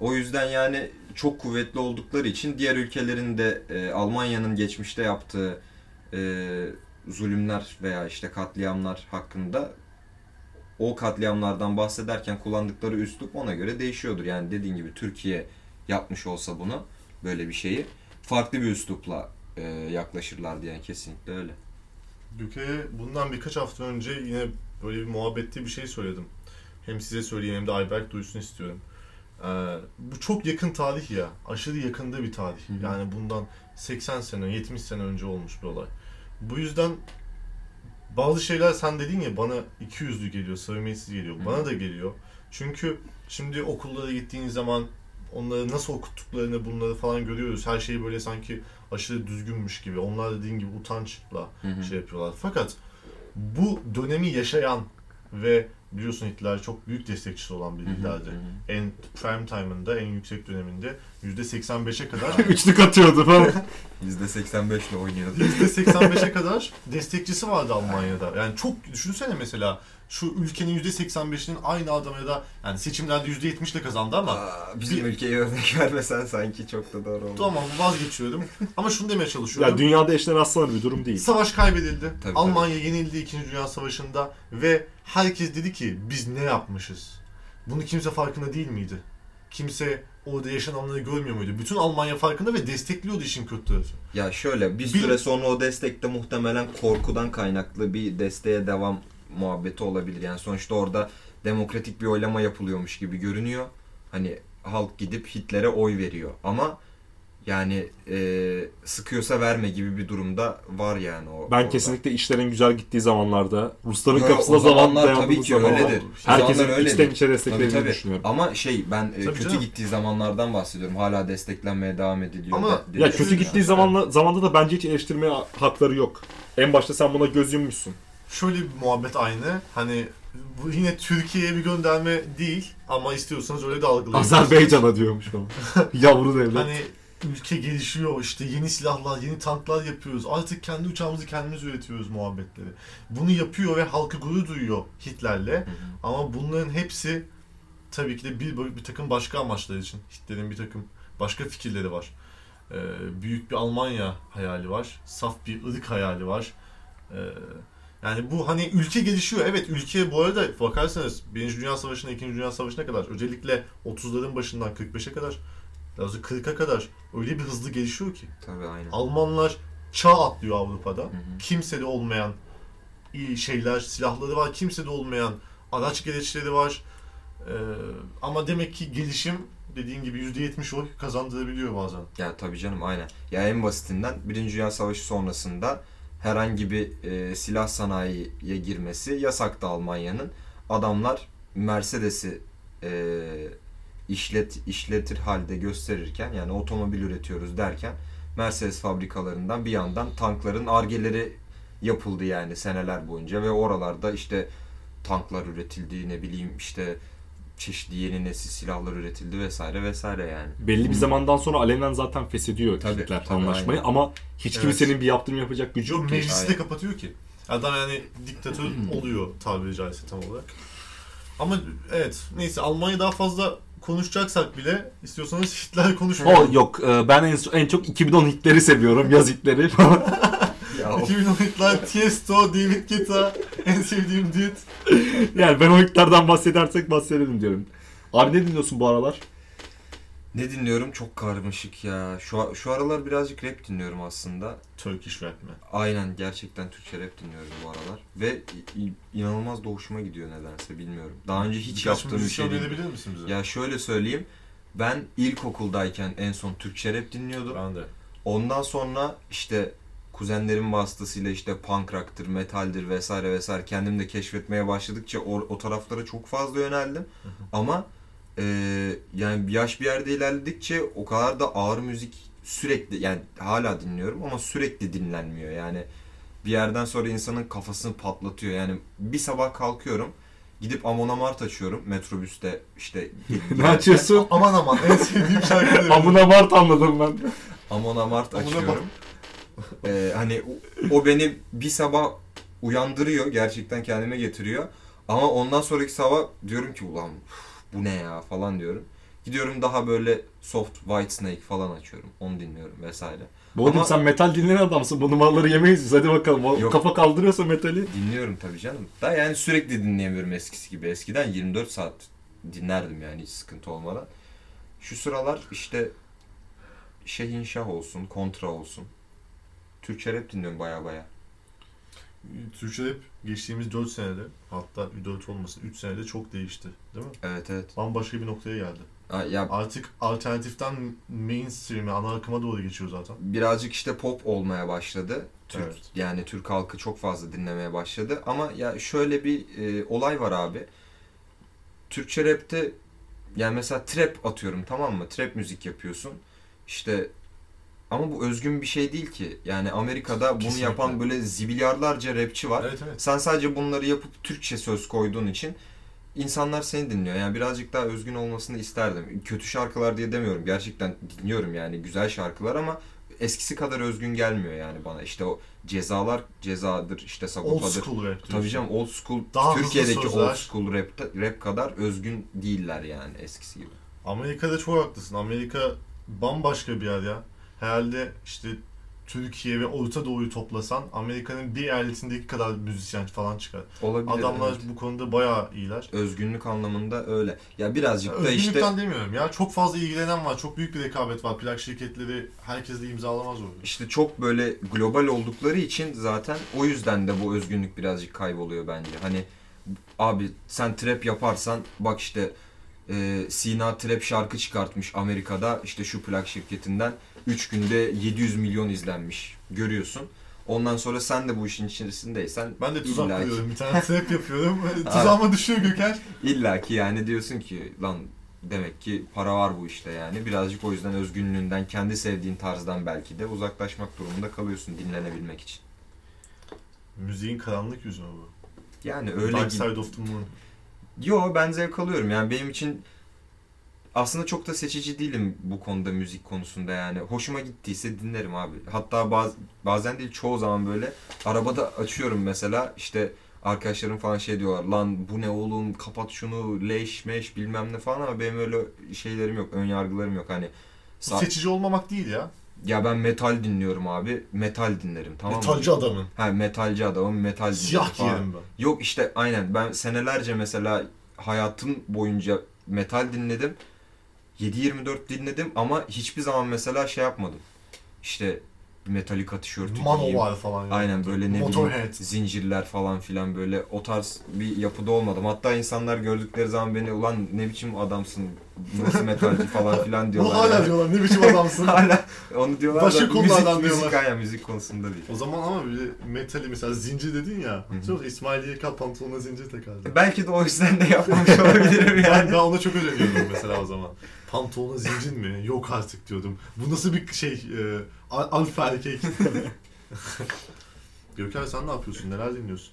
S2: O yüzden yani çok kuvvetli oldukları için diğer ülkelerin de e, Almanya'nın geçmişte yaptığı e, zulümler veya işte katliamlar hakkında o katliamlardan bahsederken kullandıkları üslup ona göre değişiyordur. Yani dediğin gibi Türkiye yapmış olsa bunu böyle bir şeyi farklı bir üslupla e, yaklaşırlardı yani kesinlikle öyle.
S1: Düke bundan birkaç hafta önce yine böyle bir muhabbette bir şey söyledim. Hem size söyleyeyim hem de Ayberk duysun istiyorum. Ee, bu çok yakın tarih ya. Aşırı yakında bir tarih.
S2: Hı hı.
S1: Yani bundan 80 sene, 70 sene önce olmuş bir olay. Bu yüzden bazı şeyler sen dedin ya bana iki yüzlü geliyor, samimiyetsiz geliyor.
S2: Hı.
S1: Bana da geliyor. Çünkü şimdi okullara gittiğin zaman onları nasıl okuttuklarını bunları falan görüyoruz. Her şey böyle sanki aşırı düzgünmüş gibi. Onlar dediğin gibi utançla
S2: Hı hı.
S1: şey yapıyorlar. Fakat bu dönemi yaşayan ve biliyorsun Hitler çok büyük destekçisi olan bir
S2: Hı hı, hı
S1: liderdi.
S2: hı.
S1: En prime time'ında, en yüksek döneminde %85'e kadar
S3: Üçlük atıyordu falan.
S2: %85 ile oynuyordu.
S1: %85'e kadar destekçisi vardı Almanya'da. Yani çok düşünsene mesela şu ülkenin %85'inin aynı adamı ya da yani seçimlerde %70 ile kazandı ama
S2: Aa, bizim ülkeye örnek vermesen sanki çok da doğru olmaz.
S1: tamam vazgeçiyorum. Ama şunu demeye çalışıyorum.
S3: ya dünyada eşler rastlanır bir durum değil.
S1: Savaş kaybedildi.
S2: Tabii,
S1: Almanya yenildi 2. Dünya Savaşı'nda ve herkes dedi ki biz ne yapmışız? Bunu kimse farkında değil miydi? Kimse orada yaşananları görmüyor muydu? Bütün Almanya farkında ve destekliyordu işin kötü tarafı.
S2: Ya şöyle bir
S1: Bil-
S2: süre sonra o destekte muhtemelen korkudan kaynaklı bir desteğe devam muhabbeti olabilir. Yani sonuçta orada demokratik bir oylama yapılıyormuş gibi görünüyor. Hani halk gidip Hitler'e oy veriyor. Ama yani e, sıkıyorsa verme gibi bir durumda var yani o.
S3: Ben
S2: orada.
S3: kesinlikle işlerin güzel gittiği zamanlarda Rusların
S2: Yo, yo,
S3: kapısına
S2: o
S3: zaman
S2: zamanlar tabii
S3: dayandığımız
S2: ki
S3: zaman
S2: öyle
S1: de.
S3: var.
S2: O zamanlar
S3: herkesin
S2: öyleydi.
S3: içten içe
S2: Tabii,
S3: desteklediğini
S2: tabii.
S3: düşünüyorum.
S2: Ama şey ben e,
S1: Tabii
S2: kötü
S1: canım.
S2: gittiği zamanlardan bahsediyorum. Hala desteklenmeye devam ediliyor.
S1: Ama-
S2: de-
S3: Ya
S2: de-
S3: kötü
S1: Yani.
S3: gittiği zamanla, zamanda da bence hiç eleştirmeye hakları yok. En başta sen buna göz yummuşsun.
S1: Şöyle bir muhabbet aynı. Hani bu yine Türkiye'ye bir gönderme değil ama istiyorsanız öyle de algılayın.
S3: Azerbaycan'a diyormuş onu. Yavru devlet.
S1: Hani ülke gelişiyor işte yeni silahlar, yeni tanklar yapıyoruz. Artık kendi uçağımızı kendimiz üretiyoruz muhabbetleri. Bunu yapıyor ve halkı gurur duyuyor Hitler'le.
S2: Hı hı.
S1: Ama bunların hepsi tabii ki de bir, bir takım başka amaçlar için. Hitler'in bir takım başka fikirleri var. Ee, büyük bir Almanya hayali var. Saf bir ırk hayali var. Ee, yani bu hani ülke gelişiyor. Evet ülke bu arada bakarsanız 1. Dünya Savaşı'na 2. Dünya Savaşı'na kadar özellikle 30'ların başından 45'e kadar daha doğrusu 40'a kadar öyle bir hızlı gelişiyor ki.
S2: Tabii aynen.
S1: Almanlar çağ atlıyor Avrupa'da.
S2: Hı hı.
S1: Kimsede olmayan iyi şeyler, silahları var. Kimsede olmayan araç gereçleri var. Ee, ama demek ki gelişim dediğin gibi %70 oy kazandırabiliyor bazen.
S2: Ya tabii canım aynen. Ya en basitinden Birinci Dünya Savaşı sonrasında herhangi bir e, silah sanayiye girmesi yasaktı Almanya'nın. Adamlar Mercedes'i e, işlet işletir halde gösterirken yani otomobil üretiyoruz derken Mercedes fabrikalarından bir yandan tankların argeleri yapıldı yani seneler boyunca ve oralarda işte tanklar üretildi ne bileyim işte çeşitli yeni nesil silahlar üretildi vesaire vesaire yani.
S3: Belli bir zamandan sonra alenen zaten feshediyor
S2: Tabii,
S3: Hitler
S2: tabii,
S3: anlaşmayı
S2: aynen.
S3: ama hiç
S1: Evet.
S3: kimsenin bir yaptırım yapacak gücü
S1: Joe
S3: yok ki.
S1: meclisi de
S2: aynen.
S1: kapatıyor ki. Adam yani diktatör
S2: Hmm.
S1: oluyor tabiri caizse tam olarak. Ama evet neyse Almanya daha fazla konuşacaksak bile istiyorsanız Hitler konuşmuyor.
S3: O yok e, ben en, en çok 2010 Hitler'i seviyorum yaz Hitler'i falan.
S2: Ya
S1: 2010 Hitler, Tiesto, David Guetta, en sevdiğim düet.
S3: yani ben o Hitler'den bahsedersek bahsedelim diyorum. Abi ne dinliyorsun bu aralar?
S2: Ne dinliyorum? Çok karmaşık ya. Şu şu aralar birazcık rap dinliyorum aslında.
S1: Turkish rap mi?
S2: Aynen gerçekten Türkçe rap dinliyorum bu aralar ve i- i- inanılmaz da hoşuma gidiyor nedense bilmiyorum. Daha önce hiç
S1: Birkaç
S2: yaptığım bir şey
S1: müzisyen
S2: değil.
S1: verebilir misin bize?
S2: Ya şöyle söyleyeyim. Ben ilkokuldayken en son Türkçe rap dinliyordum.
S1: Ben de.
S2: Ondan sonra işte kuzenlerim vasıtasıyla işte punk rock'tır, metaldir vesaire vesaire kendim de keşfetmeye başladıkça o, o taraflara çok fazla yöneldim. Ama e, yani yaş bir yerde ilerledikçe o kadar da ağır müzik sürekli yani hala dinliyorum ama sürekli dinlenmiyor. Yani bir yerden sonra insanın kafasını patlatıyor. Yani bir sabah kalkıyorum gidip Amon Amart açıyorum metrobüste işte
S3: ne açıyorsun?
S1: Aman aman en sevdiğim şarkıları.
S3: Amına Mart anladım ben.
S2: Amon Amart
S1: Amon
S2: açıyorum. Ee, hani o- o beni bir sabah uyandırıyor. Gerçekten kendime getiriyor. Ama ondan sonraki sabah diyorum ki ulan üf, bu ne ya falan diyorum. Gidiyorum daha böyle soft White Snake falan açıyorum. Onu dinliyorum vesaire.
S3: Oğlum
S2: Ama-
S3: sen metal dinleyen adamsın. Bu numaraları yemeyiz biz. Hadi bakalım. O
S2: Yok.
S3: Kafa kaldırıyorsa metali.
S2: Dinliyorum tabii canım. Da yani sürekli dinleyemiyorum eskisi gibi. Eskiden 24 saat dinlerdim yani hiç sıkıntı olmadan. Şu sıralar işte Şehin Şah olsun, Kontra olsun. Türkçe rap dinliyorum baya baya.
S1: Türkçe rap geçtiğimiz 4 senede hatta 4 olmasın 3 senede çok değişti değil mi?
S2: Evet evet.
S1: Bambaşka bir noktaya geldi.
S2: Ha, Ya
S1: Artık alternatiften mainstream'e, ana akıma doğru geçiyor zaten.
S2: birazcık işte pop olmaya başladı. Türk
S1: Evet.
S2: yani Türk halkı çok fazla dinlemeye başladı ama ya şöyle bir e, olay var abi. Türkçe rap'te yani mesela trap atıyorum tamam mı? Trap müzik yapıyorsun. İşte ama bu özgün bir şey değil ki. Yani Amerika'da bunu
S1: Kesinlikle.
S2: yapan böyle zibilyarlarca rapçi var.
S1: Evet evet.
S2: Sen sadece bunları yapıp Türkçe söz koyduğun için insanlar seni dinliyor. Yani birazcık daha özgün olmasını isterdim. Kötü şarkılar diye demiyorum. Gerçekten dinliyorum yani güzel şarkılar ama eskisi kadar özgün gelmiyor yani bana. İşte o cezalar cezadır işte
S1: Old
S2: sagopadır.
S1: school rap diyorsun.
S2: Tabii canım old school
S1: Daha hızlı
S2: Türkiye'deki
S1: sözler.
S2: old school rap, rap kadar özgün değiller yani eskisi gibi.
S1: Amerika'da çok haklısın. Amerika bambaşka bir yer ya. Herhalde işte Türkiye ve Orta Doğu'yu toplasan Amerika'nın bir eyaletindeki kadar müzisyen falan çıkar.
S2: Olabilir.
S1: Adamlar
S2: evet.
S1: bu konuda bayağı iyiler.
S2: özgünlük anlamında öyle. Ya birazcık da işte
S1: Özgürlükten demiyorum ya. Çok fazla ilgilenen var. Çok büyük bir rekabet var. Plak şirketleri herkesle imzalamaz onu.
S2: işte çok böyle global oldukları için zaten o yüzden de bu özgünlük birazcık kayboluyor bence. Hani abi sen trap yaparsan bak işte e, Sina trap şarkı çıkartmış Amerika'da işte şu plak şirketinden 3 günde 700 milyon izlenmiş görüyorsun. Ondan sonra sen de bu işin içerisindeysen
S1: Ben de tuzak
S2: İlla ki.
S1: kuruyorum. Bir tane trap yapıyorum. Tuzağıma düşüyor Göker.
S2: İlla ki yani diyorsun ki lan demek ki para var bu işte yani. Birazcık o yüzden özgünlüğünden, kendi sevdiğin tarzdan belki de uzaklaşmak durumunda kalıyorsun dinlenebilmek için.
S1: Müziğin karanlık yüzü mü bu?
S2: Yani öyle
S1: Dark
S2: gibi.
S1: Side of the Moon.
S2: Yo ben zevk alıyorum yani benim için aslında çok da seçici değilim bu konuda müzik konusunda yani. Hoşuma gittiyse dinlerim abi. Hatta baz, bazen değil çoğu zaman böyle arabada açıyorum mesela işte arkadaşlarım falan şey diyorlar lan bu ne oğlum kapat şunu leş meş bilmem ne falan ama benim öyle şeylerim yok ön yargılarım yok hani.
S1: Bu
S2: sa-
S1: Seçici olmamak değil ya.
S2: ya ben metal dinliyorum abi metal dinlerim tamam mı?
S1: Metalci adamın.
S2: Ha metalci adamım metal dinlerim
S1: Siyah
S2: falan.
S1: giyerim ben.
S2: Yok işte aynen ben senelerce mesela hayatım boyunca metal dinledim. 7-24 dinledim ama hiçbir zaman mesela şey yapmadım. İşte Metallica tişörtü giyeyim.
S1: Manowar falan. yani.
S2: Aynen böyle ne bileyim
S1: Motorhead.
S2: zincirler falan filan böyle o tarz bir yapıda olmadım. Hatta insanlar gördükleri zaman beni ulan ne biçim adamsın nasıl metalci falan filan
S1: Bu
S2: diyorlar.
S1: hala
S2: yani.
S1: diyorlar ne biçim adamsın.
S2: Hala onu diyorlar da
S1: Başı
S2: müzik,
S1: kullardan
S2: müzik,
S1: diyorlar.
S2: aynen, müzik konusunda değil.
S1: o zaman ama bir metali mesela zincir dedin ya.
S2: Hı hı.
S1: Çok İsmail YK pantolonuna zincir takardı.
S2: Belki de o yüzden de yapmamış olabilirim
S1: Ben,
S2: yani.
S1: ben ona çok özeniyordum mesela o zaman. Pantolona zincir mi? Yok artık diyordum. Bu nasıl bir şey? E, al- alfa erkek. Göker sen ne yapıyorsun? Neler dinliyorsun?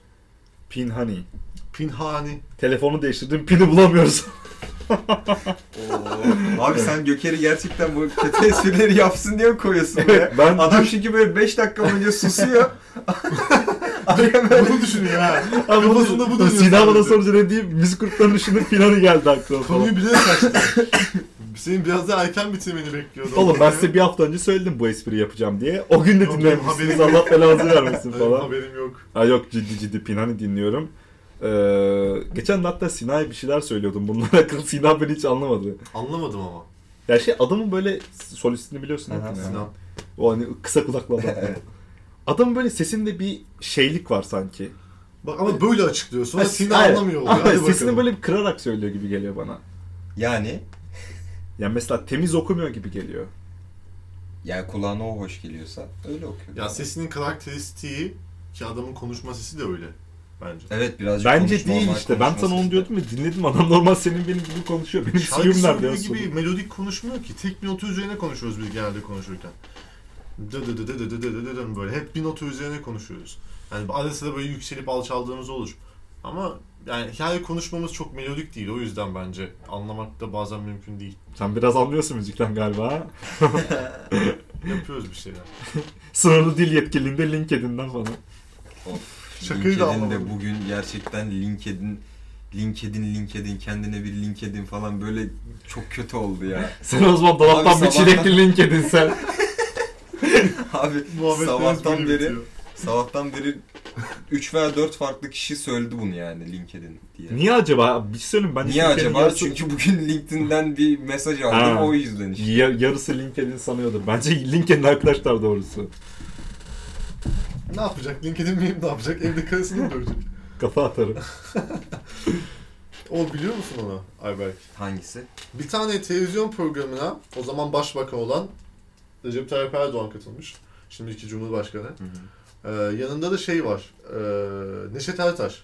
S4: Pin Honey.
S1: Pinhani.
S4: Telefonu değiştirdim pini bulamıyoruz.
S2: Abi sen Göker'i gerçekten bu kötü esprileri yapsın diye mi koyuyorsun buraya?
S4: ben
S2: Adam çünkü böyle 5 dakika boyunca susuyor. Araya böyle-
S1: Bunu düşünüyor ha.
S4: kafasında
S1: Kafasında bu dönüyor
S4: Sinan bana
S1: sadece.
S4: sorunca ne diyeyim? Biz kurtlarını düşündük Pin Honey geldi aklıma falan.
S1: Konuyu bilerek açtın. Senin biraz daha erken bitirmeni bekliyordum.
S4: Oğlum ben size bir hafta önce söyledim bu espriyi yapacağım diye. O gün de
S1: Yok, yok, haberim
S4: dinlemişsiniz. Allah
S1: yok.
S4: belanızı vermesin
S1: Benim
S4: falan.
S1: haberim yok.
S4: Ha yok ciddi ciddi Pinhani dinliyorum. Ee, geçen de hatta Sina'ya bir şeyler söylüyordum. Bunlar hakkında Sina beni hiç anlamadı.
S1: Anlamadım ama.
S4: Ya şey adamın böyle solistini biliyorsun
S2: Aha,
S4: değil mi?
S1: Sinan.
S4: O hani kısa kulaklı adam. Adamın böyle sesinde bir şeylik var sanki.
S1: Bak ama böyle açıklıyor. Sonra
S4: Ha,
S1: Sinan
S4: hayır.
S1: anlamıyor oluyor.
S4: Ama
S1: Hadi
S4: sesini
S1: bakalım.
S4: böyle bir kırarak söylüyor gibi geliyor bana.
S2: yani
S4: Yani mesela temiz okumuyor gibi geliyor.
S2: yani kulağına o hoş geliyorsa öyle okuyor.
S1: Ya sesinin karakteristiği ki adamın konuşma sesi de öyle bence.
S2: Evet birazcık
S4: Bence
S2: konuşma,
S4: değil
S2: normal
S4: işte. Ben
S2: konuşması
S4: sana onu
S2: işte.
S4: diyordum ya dinledim adam normal senin benim gibi konuşuyor. Benim
S1: Şarkı
S4: suyum nerede ya
S1: söylediği
S4: suyum?
S1: gibi melodik konuşmuyor ki. Tek bir notu üzerine konuşuyoruz biz genelde konuşurken. Dı dı dı dı dı dı dı dı dı dı böyle hep bir notu üzerine konuşuyoruz. Yani ara sıra böyle yükselip alçaldığımız olur. Ama yani her konuşmamız çok melodik değil. O yüzden bence anlamak da bazen mümkün değil.
S4: Sen biraz anlıyorsun müzikten galiba. ha?
S1: Yapıyoruz bir şeyler.
S4: Sınırlı dil yetkiliğinde LinkedIn'den falan.
S1: Şakayı da
S2: LinkedIn de
S1: anlamadım.
S2: bugün gerçekten LinkedIn LinkedIn LinkedIn kendine bir LinkedIn falan böyle çok kötü oldu ya.
S4: Sen o zaman dolaptan
S2: Abi
S4: bir
S2: sabahtan-
S4: çilekli LinkedIn sen.
S2: Abi
S1: Muhabbetlerimiz
S2: sabahtan
S1: böyle
S2: beri
S1: bitiyor.
S2: sabahtan beri 3 veya 4 farklı kişi söyledi bunu yani LinkedIn diye.
S4: Niye acaba? Bir şey söyleyeyim ben.
S2: Niye acaba? Çünkü bugün LinkedIn'den bir mesaj aldım
S4: Ha.
S2: o yüzden işte.
S4: Ya- yarısı LinkedIn sanıyordur. Bence LinkedIn arkadaşlar doğrusu.
S1: Ne yapacak? LinkedIn miyim ne yapacak? Evde karısını mı dövecek?
S4: Kafa atarım.
S1: O biliyor musun onu Ayberk?
S2: Hangisi?
S1: Bir tane televizyon programına o zaman başbakan olan Recep Tayyip Erdoğan katılmış. Şimdiki Cumhurbaşkanı.
S2: Hı hı.
S1: Ee, yanında da şey var. Ee, Neşet Ertaş.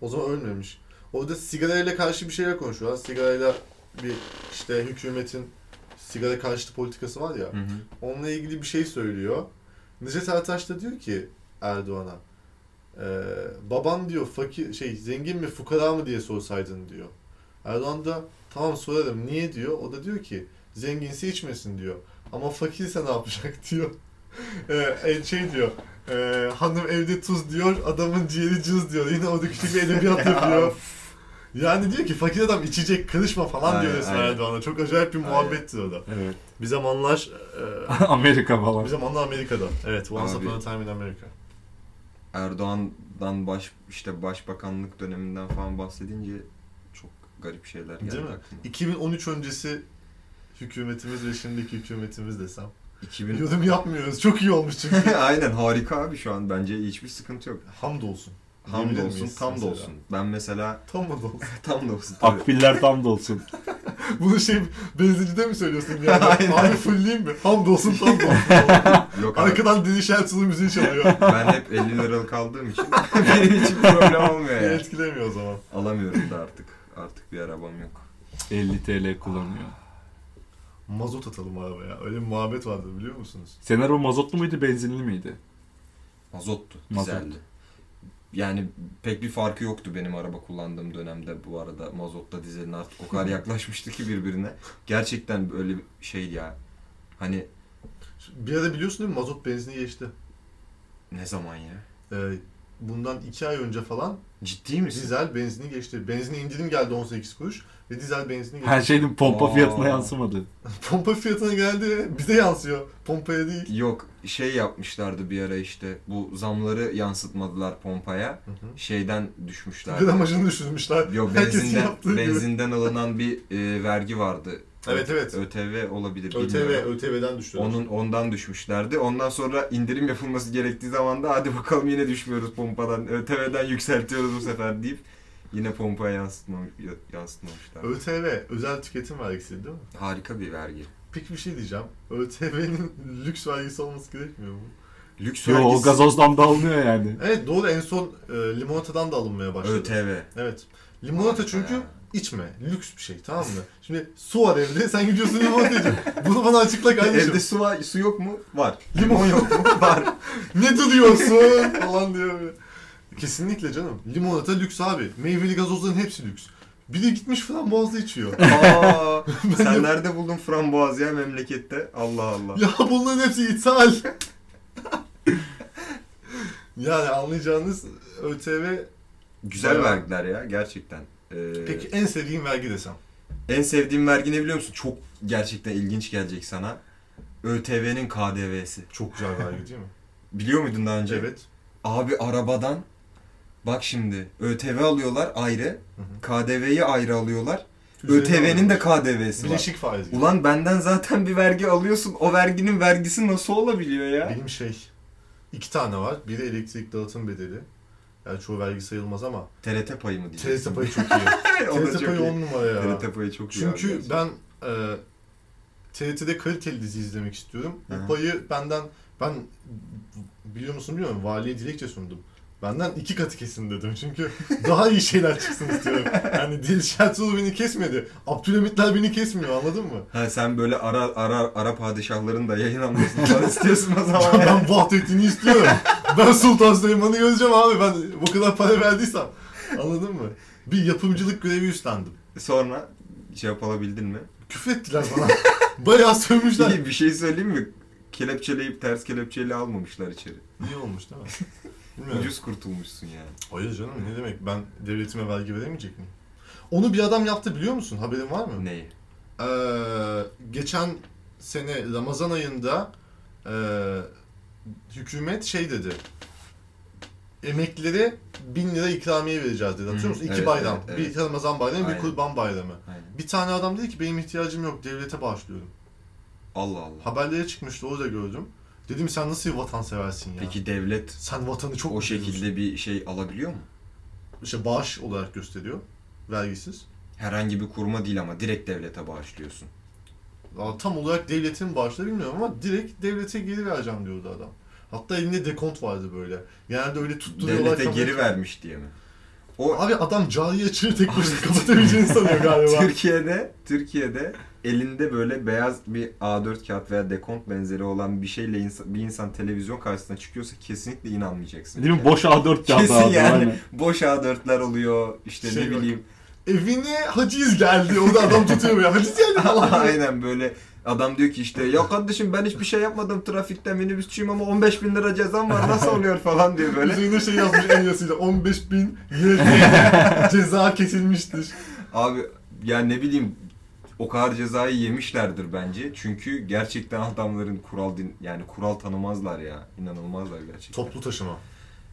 S1: O zaman ölmemiş. Orada sigarayla karşı bir şeyler konuşuyor. Sigarayla bir işte hükümetin sigara karşıtı politikası var ya.
S2: Hı hı.
S1: Onunla ilgili bir şey söylüyor. Necdet Ertaş da diyor ki Erdoğan'a "Ee, e, baban diyor fakir şey zengin mi fukara mı diye sorsaydın diyor. Erdoğan da tamam sorarım niye diyor. O da diyor ki zenginse içmesin diyor. Ama fakirse ne yapacak diyor. Ee, e, şey diyor. e, hanım evde tuz diyor, adamın ciğeri cız diyor. Yine orada küçük bir edebiyat yapıyor. Yani diyor ki fakir adam içecek kırışma falan diyor
S2: Aynen,
S1: resmen
S2: aynen.
S1: Erdoğan'a. Çok acayip bir muhabbettir o da.
S4: Evet.
S1: Bir zamanlar e,
S4: Amerika falan.
S1: bir zamanlar Amerika'da. Evet, Once
S2: Abi.
S1: Upon a Time in America.
S2: Erdoğan'dan baş işte başbakanlık döneminden falan bahsedince çok garip şeyler geldi
S1: Değil mi?
S2: aklıma.
S1: 2013 öncesi hükümetimiz ve şimdiki hükümetimiz desem.
S2: 2000
S1: Yorum yapmıyoruz. Çok iyi olmuş çünkü.
S2: Aynen harika abi şu an bence hiçbir sıkıntı yok.
S1: Hamdolsun. Diyebilir
S2: Hamdolsun,
S1: miyiz
S2: tam da
S1: mesela?
S2: olsun. Ben mesela
S1: Tam mı dolsun?
S2: tam da olsun tabii.
S3: Akbiller tam da olsun.
S1: Bunu şey benzincide mi söylüyorsun yani?
S2: Aynen.
S1: Abi fullleyeyim mi? Hamdolsun tam dolsun.
S2: Yok abi.
S1: Arkadan Deniz Ertuğrul müziği çalıyor.
S2: Ben hep 50 liralık aldığım için benim için problem olmuyor
S1: Beni
S2: yani.
S1: etkilemiyor o zaman.
S2: Alamıyorum da artık. Artık bir arabam yok.
S4: 50 TL kullanıyor.
S1: Mazot atalım arabaya. Öyle bir muhabbet vardı biliyor musunuz?
S4: Senin araba mazotlu muydu, benzinli miydi?
S2: Mazottu.
S4: Mazot.
S2: Güzeldi. Yani pek bir farkı yoktu benim araba kullandığım dönemde bu arada mazotla dizelin artık o kadar yaklaşmıştı ki birbirine. Gerçekten böyle bir şey ya. Hani
S1: Bir ara biliyorsun değil mi mazot benzini geçti.
S2: ne zaman ya?
S1: Ee, bundan iki ay önce falan
S2: Ciddi misin?
S1: dizel benzini geçti. Benzine indirim geldi 18 kuruş ve dizel benzini geçti.
S4: Her şeyin pompa
S2: Aa.
S4: fiyatına yansımadı.
S1: Pompa fiyatına geldi. Bize yansıyor. Pompaya değil.
S2: Yok şey yapmışlardı bir ara işte bu zamları yansıtmadılar pompaya.
S1: Hı hı.
S2: Şeyden düşmüşlerdi.
S1: Gramajını düşürmüşler.
S2: Yok
S1: Herkesin
S2: benzinden,
S1: yaptığı gibi.
S2: benzinden alınan bir e, vergi vardı.
S1: Evet evet.
S2: ÖTV olabilir.
S1: ÖTV,
S2: bilmiyorum.
S1: ÖTV'den düştü.
S2: Onun ondan düşmüşlerdi. Ondan sonra indirim yapılması gerektiği zaman da hadi bakalım yine düşmüyoruz pompadan. ÖTV'den yükseltiyoruz bu sefer deyip yine pompaya yansıtma, yansıtmamışlar.
S1: ÖTV, özel tüketim vergisi değil mi?
S2: Harika bir vergi.
S1: Peki bir şey diyeceğim. ÖTV'nin lüks vergisi olması gerekmiyor mu?
S2: Lüks
S4: Yo, o
S2: vergisi.
S4: gazozdan da alınıyor yani.
S1: Evet doğru en son e, limonatadan da alınmaya başladı.
S2: ÖTV.
S1: Evet. Limonata çünkü
S2: Ya.
S1: içme. Lüks bir şey tamam mı? Şimdi su var evde sen gidiyorsun limonata içiyorsun. Bunu bana açıkla kardeşim.
S2: Evde su, var, su yok mu? Var.
S1: Limon
S2: Limon yok mu? Var.
S1: Ne duruyorsun falan diyor. böyle. Kesinlikle canım. Limonata lüks abi. Meyveli gazozların hepsi lüks. Biri gitmiş frambuazlı içiyor.
S2: Aa, sen nerede buldun frambuaz ya memlekette? Allah Allah.
S1: ya bunların hepsi ithal. yani anlayacağınız ÖTV
S2: Güzel
S1: Bayağı.
S2: vergiler ya gerçekten. Ee,
S1: peki en sevdiğim vergi desem.
S2: En sevdiğim vergi ne biliyor musun? Çok gerçekten ilginç gelecek sana. ÖTV'nin KDV'si.
S1: Çok güzel vergi değil mi?
S2: Biliyor muydun daha önce?
S1: evet.
S2: Abi arabadan bak şimdi ÖTV alıyorlar ayrı.
S1: Hı hı.
S2: KDV'yi ayrı alıyorlar.
S1: Üzerine
S2: ÖTV'nin de
S1: alıyorlar. şey-
S2: KDV'si var.
S1: Bileşik faiz. gibi.
S2: Ulan benden zaten bir vergi alıyorsun. O verginin vergisi nasıl olabiliyor ya?
S1: Benim şey iki tane var. Biri elektrik dağıtım bedeli. Yani çoğu vergi sayılmaz ama
S2: TRT payı mı diyeceksin?
S1: TRT payı çok iyi.
S2: O da
S1: TRT
S2: çok
S1: payı
S2: iyi.
S1: on numara ya.
S2: TRT payı çok iyi. abi
S1: Çünkü
S2: gerçekten.
S1: ben e, TRT'de kaliteli dizi izlemek istiyorum.
S2: Hı hı.
S1: Bu payı benden ben biliyor musun bilmiyorum valiye dilekçe sundum. Benden iki katı kesin dedim çünkü daha iyi şeyler çıksın istiyorum. Yani Dilşah Tuğ beni kesmedi. Abdülhamitler beni kesmiyor anladın mı?
S2: Ha sen böyle ara ara ara padişahların da yayınlanmasını falan istiyorsun o zaman. ya.
S1: ben Vahdettin'i istiyorum. ben Sultan Süleyman'ı göreceğim abi ben bu kadar para verdiysem. Anladın mı? Bir yapımcılık görevi üstlendim.
S2: Sonra şey yapabildin mi?
S1: Küfrettiler bana. Bayağı sövmüşler.
S2: Bir, bir şey söyleyeyim mi? Kelepçeleyip ters kelepçeyle almamışlar içeri.
S1: İyi olmuş değil mi? Bilmiyorum.
S2: Ucuz kurtulmuşsun yani.
S1: Hayır canım ne demek ben devletime vergi veremeyecek miyim? Onu bir adam yaptı biliyor musun? Haberin var mı?
S2: Neyi?
S1: Ee, geçen sene Ramazan ayında e, hükümet şey dedi. Emeklilere bin lira ikramiye vereceğiz dedi. Hatırlıyor
S2: Hı,
S1: musun? İki
S2: evet,
S1: bayram.
S2: evet, evet.
S1: Bir Ramazan bayramı,
S2: Aynen.
S1: bir kurban bayramı.
S2: Aynen.
S1: Bir tane adam dedi ki benim ihtiyacım yok devlete bağışlıyorum.
S2: Allah Allah.
S1: Haberlere çıkmıştı orada gördüm. Dedim sen nasıl bir vatanseversin ya?
S2: Peki devlet
S1: Sen vatanı çok
S2: o
S1: mu seviyorsun?
S2: şekilde bir şey alabiliyor mu?
S1: İşte bağış olarak gösteriyor. Vergisiz.
S2: Herhangi bir kuruma değil ama direkt devlete bağışlıyorsun.
S1: Aa, tam olarak devletin bağışları bilmiyorum ama direkt devlete geri vereceğim diyordu adam. Hatta elinde dekont vardı böyle. Genelde öyle tutturuyorlar.
S2: Devlete
S1: kamerayı-
S2: geri vermiş diye mi? O
S1: Abi adam cari açığı tek başına kapatabileceğini sanıyor galiba.
S2: Türkiye'de Türkiye'de elinde böyle beyaz bir A4 kağıt veya dekont benzeri olan bir şeyle insan, bir insan televizyon karşısına çıkıyorsa kesinlikle inanmayacaksın.
S3: Değil mi? Boş A4 kağıdı
S2: Kesin
S3: abi.
S2: yani.
S3: aynen.
S2: Boş A4'ler oluyor işte
S1: Şey
S2: ne
S1: yok.
S2: bileyim
S1: evine haciz geldi. O da adam tutuyor böyle. Haciz geldi falan.
S2: Aynen böyle adam diyor ki işte ya kardeşim ben hiçbir şey yapmadım trafikte minibüsçüyüm ama 15 bin lira cezam var nasıl oluyor falan diyor böyle.
S1: Üzerinde şey yazmış en yazıyla 15 bin ceza kesilmiştir.
S2: Abi ya ne bileyim o kadar cezayı yemişlerdir bence. Çünkü gerçekten adamların kural din yani kural tanımazlar ya. İnanılmazlar gerçekten.
S1: Toplu taşıma,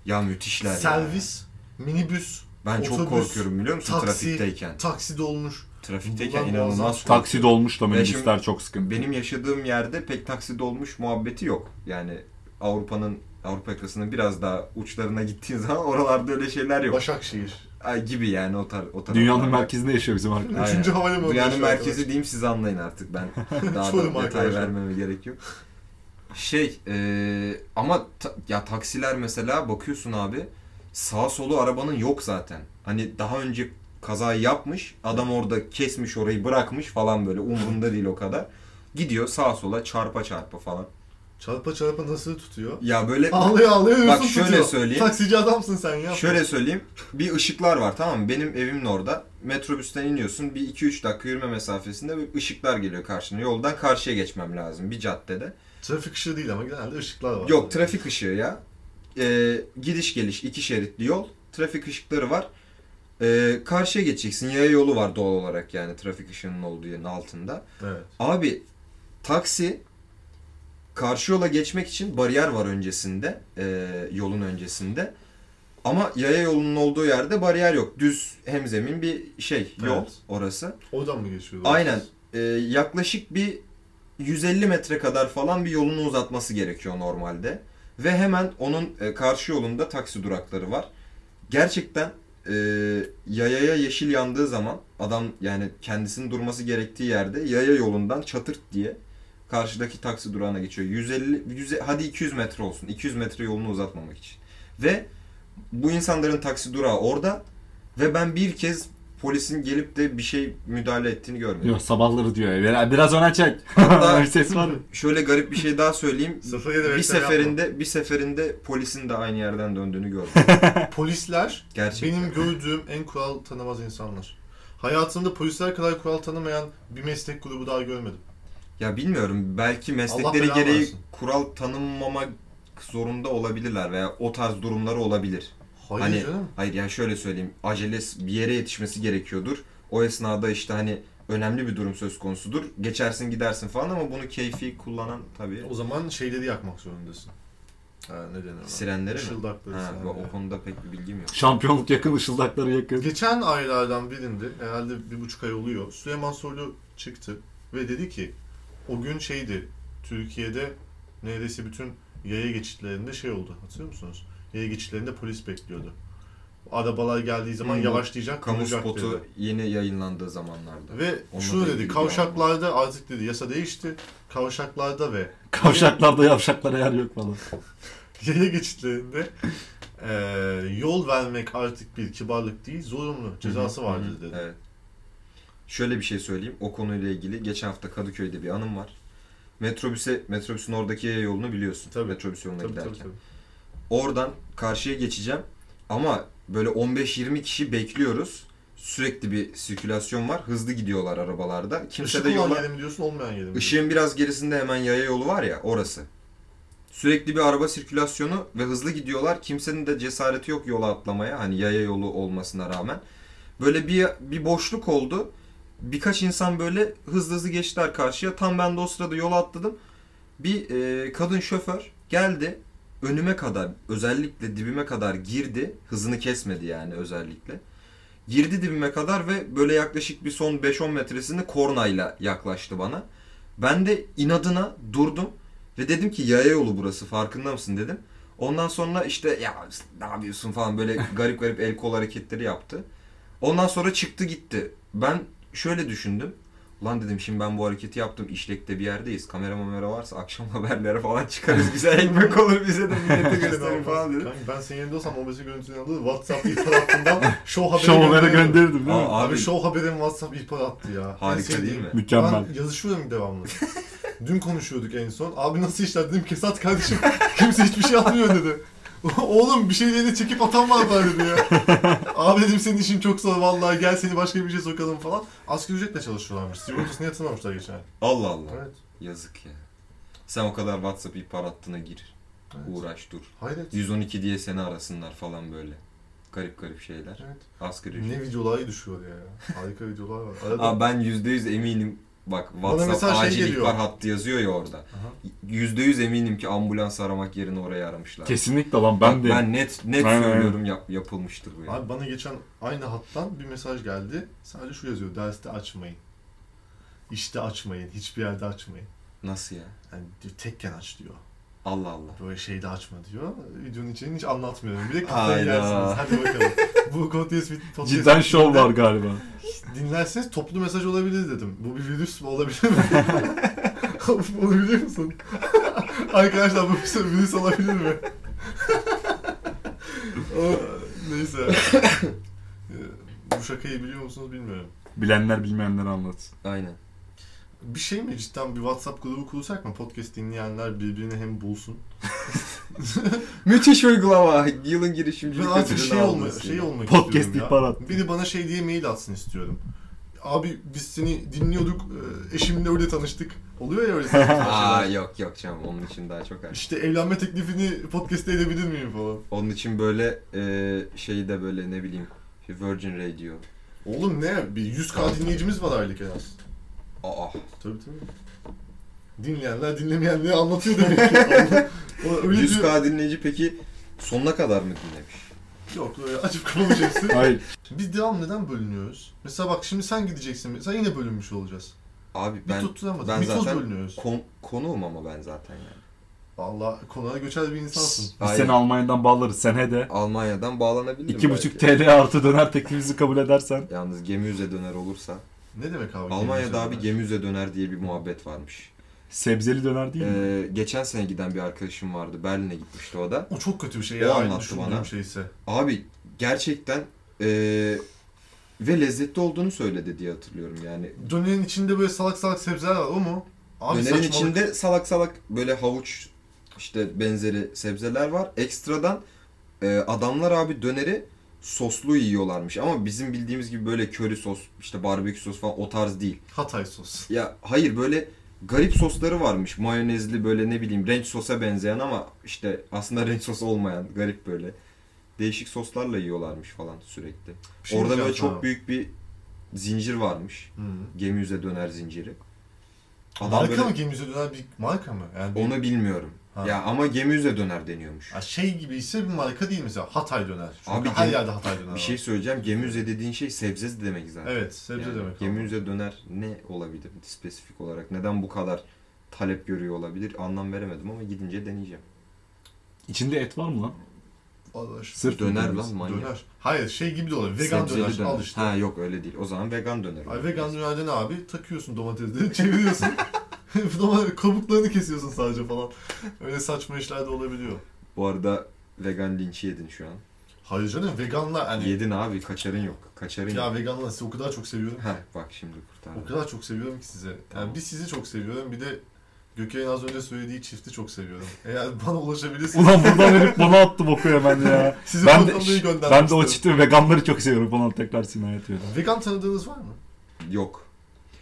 S2: Ya müthişler ya.
S1: servis, minibüs,
S2: Ben çok
S1: otobüs,
S2: korkuyorum biliyor musun
S1: taksi,
S2: trafikteyken.
S1: taksi dolmuş.
S2: Trafikteyken
S1: Ulan
S2: inanılmaz
S1: muazzam.
S3: Taksi dolmuş da
S2: Ben
S3: minibüsler çok sıkıntı.
S2: Benim yaşadığım yerde pek taksi dolmuş muhabbeti yok. Yani Avrupa'nın Avrupa yakasının biraz daha uçlarına gittiğin zaman oralarda öyle şeyler yok.
S1: Başakşehir.
S2: Ay, gibi yani o tar o taraflar.
S3: Dünyanın merkezinde yaşıyor bizim arkadaş.
S2: Aynen.
S1: Üçüncü havalimanı.
S2: Dünyanın
S1: yaşıyor
S2: merkezi
S1: arkadaş.
S2: diyeyim siz anlayın artık ben. Daha
S1: Sorun
S2: da detay
S1: arkadaşlar.
S2: vermeme gerek yok. Şey eee, ama ta- ya taksiler mesela bakıyorsun abi sağ solu arabanın yok zaten. Hani daha önce kaza yapmış adam orada kesmiş orayı bırakmış falan böyle umurunda değil o kadar. Gidiyor sağa sola çarpa çarpa falan.
S1: Çarpa çarpa nasıl tutuyor?
S2: Ya böyle
S1: Ağlıyor ağlıyor
S2: Bak
S1: Bak
S2: şöyle
S1: tutuyor.
S2: söyleyeyim.
S1: Taksici adamsın sen ya.
S2: Şöyle söyleyeyim. Bir ışıklar var tamam mı? Benim evimin orada. Metrobüsten iniyorsun. Bir 2-3 dakika yürüme mesafesinde bir ışıklar geliyor karşına. Yoldan karşıya geçmem lazım bir caddede.
S1: Trafik ışığı değil ama genelde ışıklar var.
S2: Yok trafik ışığı ya. Ee, gidiş geliş iki şeritli yol. Trafik ışıkları var. Ee, karşıya geçeceksin. Yaya yolu var doğal olarak yani trafik ışığının olduğu yerin altında.
S1: Evet.
S2: Abi taksi karşı yola geçmek için bariyer var öncesinde, e, yolun öncesinde. Ama yaya yolunun olduğu yerde bariyer yok. Düz hemzemin bir şey yol
S1: Evet.
S2: orası.
S1: Oradan mı geçiyor?
S2: Aynen. E, yaklaşık bir 150 metre kadar falan bir yolunu uzatması gerekiyor normalde. Ve hemen onun e, karşı yolunda taksi durakları var. Gerçekten e, yayaya yeşil yandığı zaman adam yani kendisinin durması gerektiği yerde yaya yolundan çatırt diye karşıdaki taksi durağına geçiyor. 150, 100, hadi 200 metre olsun. 200 metre yolunu uzatmamak için. Ve bu insanların taksi durağı orada ve ben bir kez polisin gelip de bir şey müdahale ettiğini görmedim.
S3: Yok sabahları diyor. ya, Biraz öne çek.
S2: Hatta-
S3: Bir ses var mı?
S2: Şöyle garip bir şey daha söyleyeyim.
S1: Sıfır
S2: bir seferinde bir seferinde polisin de aynı yerden döndüğünü gördüm.
S1: Polisler
S2: Gerçekten.
S1: benim gördüğüm en kural tanımaz insanlar. Hayatımda polisler kadar kural tanımayan bir meslek grubu daha görmedim.
S2: Ya bilmiyorum belki
S1: Allah
S2: meslekleri
S1: belanı
S2: gereği
S1: versin.
S2: kural tanınmamak zorunda olabilirler veya o tarz durumları olabilir.
S1: Hayır
S2: Hani-
S1: canım.
S2: Hayır yani şöyle söyleyeyim. Acele bir yere yetişmesi gerekiyordur. O esnada işte hani önemli bir durum söz konusudur. Geçersin gidersin falan ama bunu keyfi kullanan tabii
S1: E, O zaman şeyleri yakmak zorundasın. Ha, ne denir ona?
S2: sirenleri mi?
S1: Işıldakları
S2: Ha,
S1: sirenleri.
S2: o konuda pek bir bilgim yok.
S3: Şampiyonluk yakın, ışıldakları yakın.
S1: Geçen aylardan birinde herhalde bir buçuk ay oluyor. Süleyman Soylu çıktı ve dedi ki o gün şeydi Türkiye'de neredeyse bütün yaya geçitlerinde şey oldu hatırlıyor musunuz? Yaya geçitlerinde polis bekliyordu. Arabalar geldiği zaman
S2: Hı, bu
S1: yavaşlayacak,
S2: Hmm. Kamu
S1: duracak dedi.
S2: spotu yeni yayınlandığı zamanlarda.
S1: Ve
S2: Onunla
S1: şunu
S2: da
S1: dedi,
S2: ilgili
S1: kavşaklarda artık dedi yasa değişti. Kavşaklarda ve
S3: Kavşaklarda yavşaklara yer yok falan.
S1: yaya geçitlerinde eee, yol vermek artık bir kibarlık değil, zorunlu cezası
S2: Hı hı,
S1: vardır
S2: hı hı,
S1: dedi.
S2: Evet. Şöyle bir şey söyleyeyim. O konuyla ilgili geçen hafta Kadıköy'de bir anım var. Metrobüse, metrobüsün oradaki yaya yolunu biliyorsun.
S1: Tabii.
S2: Metrobüs yoluna
S1: Tabii
S2: giderken.
S1: tabii tabii.
S2: Oradan karşıya geçeceğim. Ama böyle 15-20 kişi bekliyoruz. Sürekli bir sirkülasyon var. Hızlı gidiyorlar arabalarda. Kimse
S1: Işık
S2: de
S1: olan
S2: yola...
S1: yeri mi diyorsun, olmayan yeri mi diyorsun?
S2: Işığın biraz gerisinde hemen yaya yolu var ya orası. Sürekli bir araba sirkülasyonu ve hızlı gidiyorlar. Kimsenin de cesareti yok yola atlamaya. Hani yaya yolu olmasına rağmen. Böyle bir, bir boşluk oldu. Birkaç insan böyle hızlı hızlı geçtiler karşıya. Tam ben de o sırada yola atladım. Bir e, kadın şoför geldi. Önüme kadar özellikle dibime kadar girdi. Hızını kesmedi yani özellikle. Girdi dibime kadar ve böyle yaklaşık bir son 5-10 metresinde kornayla yaklaştı bana. Ben de inadına durdum ve dedim ki yaya yolu burası farkında mısın dedim. Ondan sonra işte ya ne yapıyorsun falan böyle garip garip el kol hareketleri yaptı. Ondan sonra çıktı gitti. Ben şöyle düşündüm. Ulan dedim şimdi ben bu hareketi yaptım. İşlekte bir yerdeyiz. Kamera mamera varsa akşam haberlere falan çıkarız. Güzel ekmek olur bize de millete gösterir falan dedim.
S1: Kanka ben senin yerinde olsam OBS görüntülerini alır WhatsApp ihbar hattından show haberi
S3: Şovlara
S1: gönderirdim.
S3: gönderirdim değil mi?
S2: Aa,
S1: Abi,
S2: abi
S1: show haberim WhatsApp ihbar attı ya. En
S2: harika
S1: sevdiğim.
S2: değil mi?
S3: Mükemmel.
S1: Ben yazışıyorum devamlı. Dün konuşuyorduk en son. Abi nasıl işler dedim kesat kardeşim. Kimse hiçbir şey atmıyor dedi. Oğlum bir şeyleri çekip atan var bari diyor. Abi dedim senin işin çok zor vallahi gel seni başka bir şey sokalım falan. Asgari ücretle çalışıyorlarmış. Sigortasını yatırmamışlar geçen ay.
S2: Allah Allah.
S1: Evet.
S2: Yazık ya. Sen o kadar WhatsApp ihbar hattına gir.
S1: evet.
S2: Uğraş dur.
S1: Hayret.
S2: 112 diye seni arasınlar falan böyle. Garip garip şeyler.
S1: Evet.
S2: Asgari ücret.
S1: Ne videolar düşüyor ya. Harika videolar var. Arada...
S2: Aa, ben %100 eminim. Bak
S1: mesela
S2: WhatsApp
S1: şey
S2: acil
S1: geliyor.
S2: ihbar hattı yazıyor ya orada.
S1: Aha.
S2: %100 eminim ki ambulans aramak yerine oraya aramışlar.
S4: Kesinlikle lan
S2: Ben,
S4: ben de.
S2: ben net net
S4: Aynen,
S2: söylüyorum yap, yapılmıştır bu ya.
S1: Abi bana geçen aynı hattan bir mesaj geldi. Sadece şu yazıyor. Derste açmayın. İşte açmayın. Hiçbir yerde açmayın.
S2: Nasıl ya?
S1: Yani diyor, tekken aç diyor.
S2: Allah Allah.
S1: Böyle şeyde açma diyor. Videonun içini hiç anlatmıyorum. Bir de kafayı
S2: Hayda.
S1: yersiniz. Hadi bakalım. Bu podcast bit- podcast
S4: Cidden şov
S1: bittiğinde
S4: var galiba.
S1: Dinlerseniz toplu mesaj olabilir dedim. Bu bir virüs mü olabilir mi? Bunu biliyor musun? Arkadaşlar bu bir virüs olabilir mi? Oh, Neyse. Ee, bu şakayı biliyor musunuz bilmiyorum.
S4: Bilenler bilmeyenleri anlatsın.
S2: Aynen.
S1: Bir şey mi cidden bir WhatsApp grubu kursak mı? Podcast dinleyenler birbirini hem bulsun.
S2: Müthiş uygulama. Yılın girişimcilik
S1: Ben artık
S2: ödülünü
S1: şey, olma,
S2: alması.
S1: şey olmak
S4: Podcast
S1: istiyorum ya.
S4: ihbarat.
S1: Biri bana şey diye mail atsın istiyorum. Abi biz seni dinliyorduk, e, eşimle öyle tanıştık. Oluyor ya öyle saçma şeyler.
S2: Aa yok yok canım onun için daha çok erken.
S1: İşte evlenme teklifini podcast'te edebilir miyim falan.
S2: Onun için böyle e, şeyi de böyle ne bileyim Virgin Radio.
S1: Oğlum ne? Bir 100k dinleyicimiz var aylık en az.
S2: Aa
S1: Tabii tabii. Dinleyenler dinlemeyenleri anlatıyor demek ki. Allah- O öyle 100
S2: 100k dinleyici peki sonuna kadar mı dinlemiş?
S1: Yok öyle açıp kapamış hepsi.
S4: Hayır.
S1: Biz devam neden bölünüyoruz? Mesela bak şimdi sen gideceksin. Mesela yine bölünmüş olacağız.
S2: Abi
S1: Bir
S2: ben
S1: tutturamadık.
S2: ben
S1: Mitoz
S2: zaten-
S1: bölünüyoruz.
S2: kon, konuğum ama ben zaten yani.
S1: Valla konuya göçer bir insansın.
S4: Biz
S2: Aynen.
S4: seni Almanya'dan bağlarız. Sen he de.
S2: Almanya'dan bağlanabilirim
S4: 2,5
S2: belki.
S4: TL artı döner teklifimizi kabul edersen.
S2: Yalnız gemi üze döner olursa.
S1: Ne demek abi?
S2: Almanya'da abi
S1: gemi
S2: gemi üze döner diye bir muhabbet varmış.
S4: Sebzeli döner değil mi?
S2: Ee, geçen sene giden bir arkadaşım vardı. Berlin'e gitmişti o da.
S1: O çok kötü bir şey
S2: O
S1: ya.
S2: anlattı
S1: düşündüğüm
S2: bana.
S1: şeyse.
S2: Abi gerçekten eee, ve lezzetli olduğunu söyledi diye hatırlıyorum yani.
S1: Dönerin içinde böyle salak salak sebzeler var o mu? Abi
S2: Dönerin
S1: saçmalık.
S2: içinde salak salak böyle havuç işte benzeri sebzeler var. Ekstradan eee, adamlar abi döneri soslu yiyorlarmış ama bizim bildiğimiz gibi böyle köri sos işte barbekü sos falan o tarz değil.
S1: Hatay sos.
S2: Ya hayır böyle garip sosları varmış. Mayonezli böyle ne bileyim renç sosa benzeyen ama işte aslında renç sos olmayan garip böyle. Değişik soslarla yiyorlarmış falan sürekli.
S1: Bir şey
S2: Orada
S1: diyeceğim
S2: böyle çok
S1: sana.
S2: büyük bir zincir varmış.
S1: Hı.
S2: Gemi yüze döner zinciri. Adam
S1: Hmm. marka
S2: böyle
S1: mı gemimize döner bir marka mı? Yani bir-
S2: onu bilmiyorum.
S1: Ha.
S2: Ya ama gemi yüze döner deniyormuş.
S1: Ya şey gibi ise bir marka değil mesela Hatay döner. Çünkü
S2: Abi
S1: her
S2: gemi-
S1: yerde Hatay döner.
S2: Bir
S1: var.
S2: şey söyleyeceğim. Gemi yüze dediğin şey sebzesi demek zaten.
S1: Evet, sebze
S2: Yani
S1: demek.
S2: Gemi
S1: abi.
S2: yüze döner ne olabilir spesifik olarak? Neden bu kadar talep görüyor olabilir? Anlam veremedim ama gidince deneyeceğim.
S4: İçinde et var mı lan?
S1: Arkadaş,
S4: Sırf
S2: Döner
S4: döner.
S2: lan manyak.
S1: Döner. Hayır şey gibi de olabilir. Vegan
S2: Sebzeli
S1: döner. Al işte.
S2: Ha yok öyle değil. O zaman vegan döner.
S1: Ay vegan dönerde ne abi? Takıyorsun domatesleri, çeviriyorsun. Domates kabuklarını kesiyorsun sadece falan. Öyle saçma işler de olabiliyor.
S2: Bu arada vegan linçi yedin şu an.
S1: Hayır canım veganlar hani
S2: Yedin abi kaçarın yok. Kaçarın
S1: ya
S2: yok.
S1: veganlar sizi o kadar çok seviyorum.
S2: Ha bak şimdi kurtardım.
S1: O kadar çok seviyorum ki size. Yani
S2: Tamam.
S1: bir sizi çok seviyorum bir de Gökay'ın az önce söylediği çifti çok seviyorum. Eğer bana ulaşabilirsiniz
S4: Ulan buradan herif bana attı boku hemen ya.
S1: sizi
S4: ben de-
S1: programda göndermek
S4: ben de o
S1: isterim.
S4: çifti veganları çok seviyorum falan tekrar Sinan'a atıyor.
S1: Vegan tanıdığınız var mı?
S2: Yok.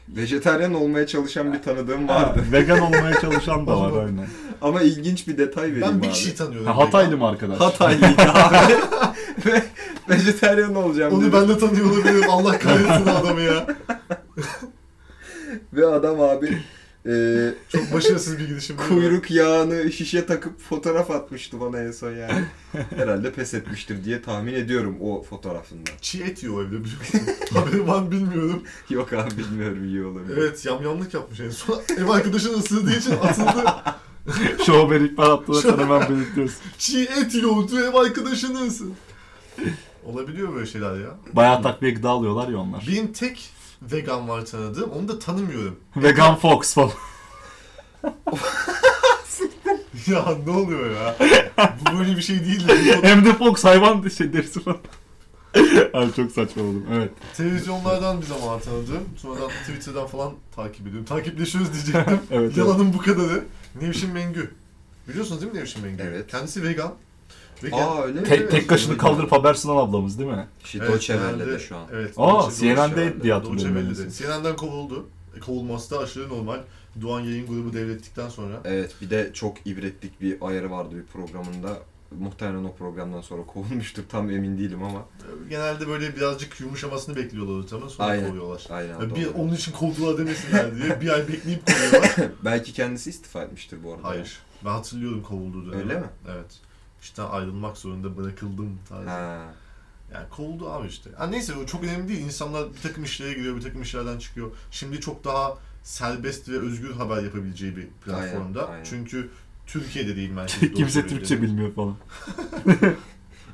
S2: Vejetaryen olmaya çalışan bir tanıdığım
S4: Ha,
S2: vardı.
S4: vegan olmaya çalışan da var aynen.
S2: Ama ilginç bir detay vereyim
S1: Ben bir
S2: abi.
S1: kişiyi tanıyorum.
S4: Ha,
S1: vegan.
S4: Hataylı mı arkadaş?
S2: Hataylıydı abi. Ve vejetaryen olacağım
S1: Onu
S2: dedi.
S1: ben de tanıyor olabilirim. Allah kahretsin adamı ya.
S2: Ve adam abi e,
S1: Çok başarısız bir gidişim. değil mi?
S2: kuyruk yağını şişe takıp fotoğraf atmıştı bana en son yani. Herhalde pes etmiştir diye tahmin ediyorum o fotoğrafından.
S1: Çiğ et yiyor evde biliyor musun? Haberi var mı bilmiyorum.
S2: Yok abi bilmiyorum iyi olabilir.
S1: Evet yamyamlık yapmış en son. Ev arkadaşının ısırdığı için atıldı.
S4: Şov verip ben attığına sen hemen belirtiyorsun.
S1: Çiğ et yiyordu ev arkadaşının ısırdı. Olabiliyor böyle şeyler ya.
S4: Bayağı takviye gıda alıyorlar ya onlar.
S1: Benim tek vegan var tanıdığım. Onu da tanımıyorum.
S4: vegan Fox falan.
S1: ya ne oluyor ya? Bu böyle bir şey değil. de.
S4: Hem de Fox hayvan şey derisi falan. Abi çok saçmaladım evet.
S1: Televizyonlardan bir zaman tanıdığım. Sonradan Twitter'dan falan takip ediyorum. Takipleşiyoruz diyecektim.
S4: Evet, evet.
S1: Yalanın bu kadarı. Nevşin Mengü. Biliyorsunuz değil mi Nevşin Mengü?
S2: Evet.
S1: Kendisi vegan. Peki,
S2: Aa öyle mi?
S4: Tek, tek kaşını kaldırıp haber sunan ablamız değil mi?
S2: Şey
S1: evet,
S2: Deutsche Welle'de
S1: genelde-
S2: şu an.
S1: Evet,
S4: Aa,
S1: Deutsche-
S3: şey,
S1: Deutsche
S4: CNN'de
S1: Welle'de,
S4: diye hatırlıyorum
S1: Deutsche
S4: ben
S1: Welle'de.
S4: mesela.
S1: CNN'den kovuldu. E, Kovulması da aşırı normal. Doğan Yayın Grubu devrettikten sonra.
S2: Evet bir de çok ibretlik bir ayarı vardı bir programında. Muhtemelen o programdan sonra kovulmuştur tam emin değilim ama.
S1: E, Genelde böyle birazcık yumuşamasını bekliyorlar ortamın. Sonra
S2: Aynen.
S1: kovuyorlar.
S2: Aynen.
S1: E,
S2: doğru.
S1: Bir, onun için kovdular demesinler diye bir ay bekleyip kovuyorlar.
S2: Belki kendisi istifa etmiştir bu arada.
S1: Hayır. Ben hatırlıyorum kovulduğu dönemi.
S2: Öyle mi?
S1: Evet. İşten ayrılmak zorunda bırakıldım tarzı.
S2: Ha.
S1: Yani kovuldu abi işte. Ha neyse o çok önemli değil. İnsanlar bir takım işlere giriyor, bir takım işlerden çıkıyor. Şimdi çok daha serbest ve özgür haber yapabileceği bir platformda.
S2: Aynen, aynen.
S1: Çünkü Türkiye'de değil merkezi.
S4: Kimse
S3: şey
S1: doğru
S4: Türkçe
S1: söylüyorum.
S4: bilmiyor falan.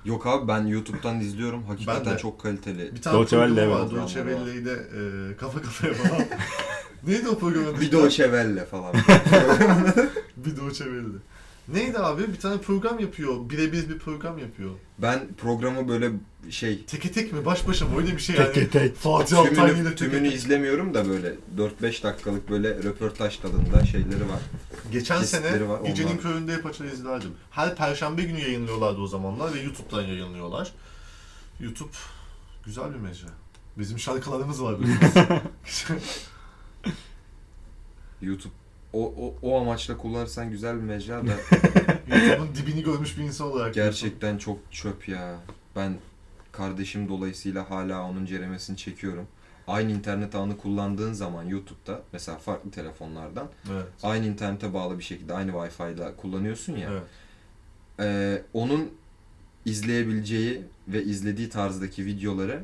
S2: Yok abi ben YouTube'dan izliyorum. Hakikaten
S1: Ben de.
S2: çok kaliteli.
S1: Bir tane
S4: Deutsche
S1: programı
S4: Welle,
S1: var.
S2: evet.
S1: Deutsche Welle'yi de e, kafa kafaya falan. Neydi o programın? adı?
S2: Bir Deutsche Welle falan.
S1: Bir Deutsche Welle. Neydi abi? Bir tane program yapıyor. Birebir bir program yapıyor.
S2: ben programı böyle şey
S1: Teke tek mi? Baş başa mı? Öyle bir şey yani.
S4: Teke tek.
S1: Fatih Altay
S2: tümünü,
S1: ile teke
S2: tümünü
S1: tek.
S2: izlemiyorum da böyle 4-5 dakikalık böyle röportaj tadında şeyleri var.
S1: Geçen sene
S2: kesitleri var,
S1: gecenin
S2: onlar.
S1: köründe Paçalı izlerdim. Her perşembe günü yayınlıyorlardı o zamanlar ve YouTube'dan yayınlıyorlar. YouTube güzel bir mecra. Bizim şarkılarımız var biraz.
S2: YouTube o, o, o amaçla kullanırsan güzel bir mecra da
S1: YouTube'un dibini görmüş bir insan olarak.
S2: gerçekten çok çöp ya. Ben kardeşim dolayısıyla hala onun ceremesini çekiyorum. Aynı internet ağını kullandığın zaman YouTube'da mesela farklı telefonlardan
S1: Evet.
S2: aynı internete bağlı bir şekilde aynı Wi-Fi ile kullanıyorsun ya.
S1: Evet.
S2: Ee, onun izleyebileceği ve izlediği tarzdaki videoları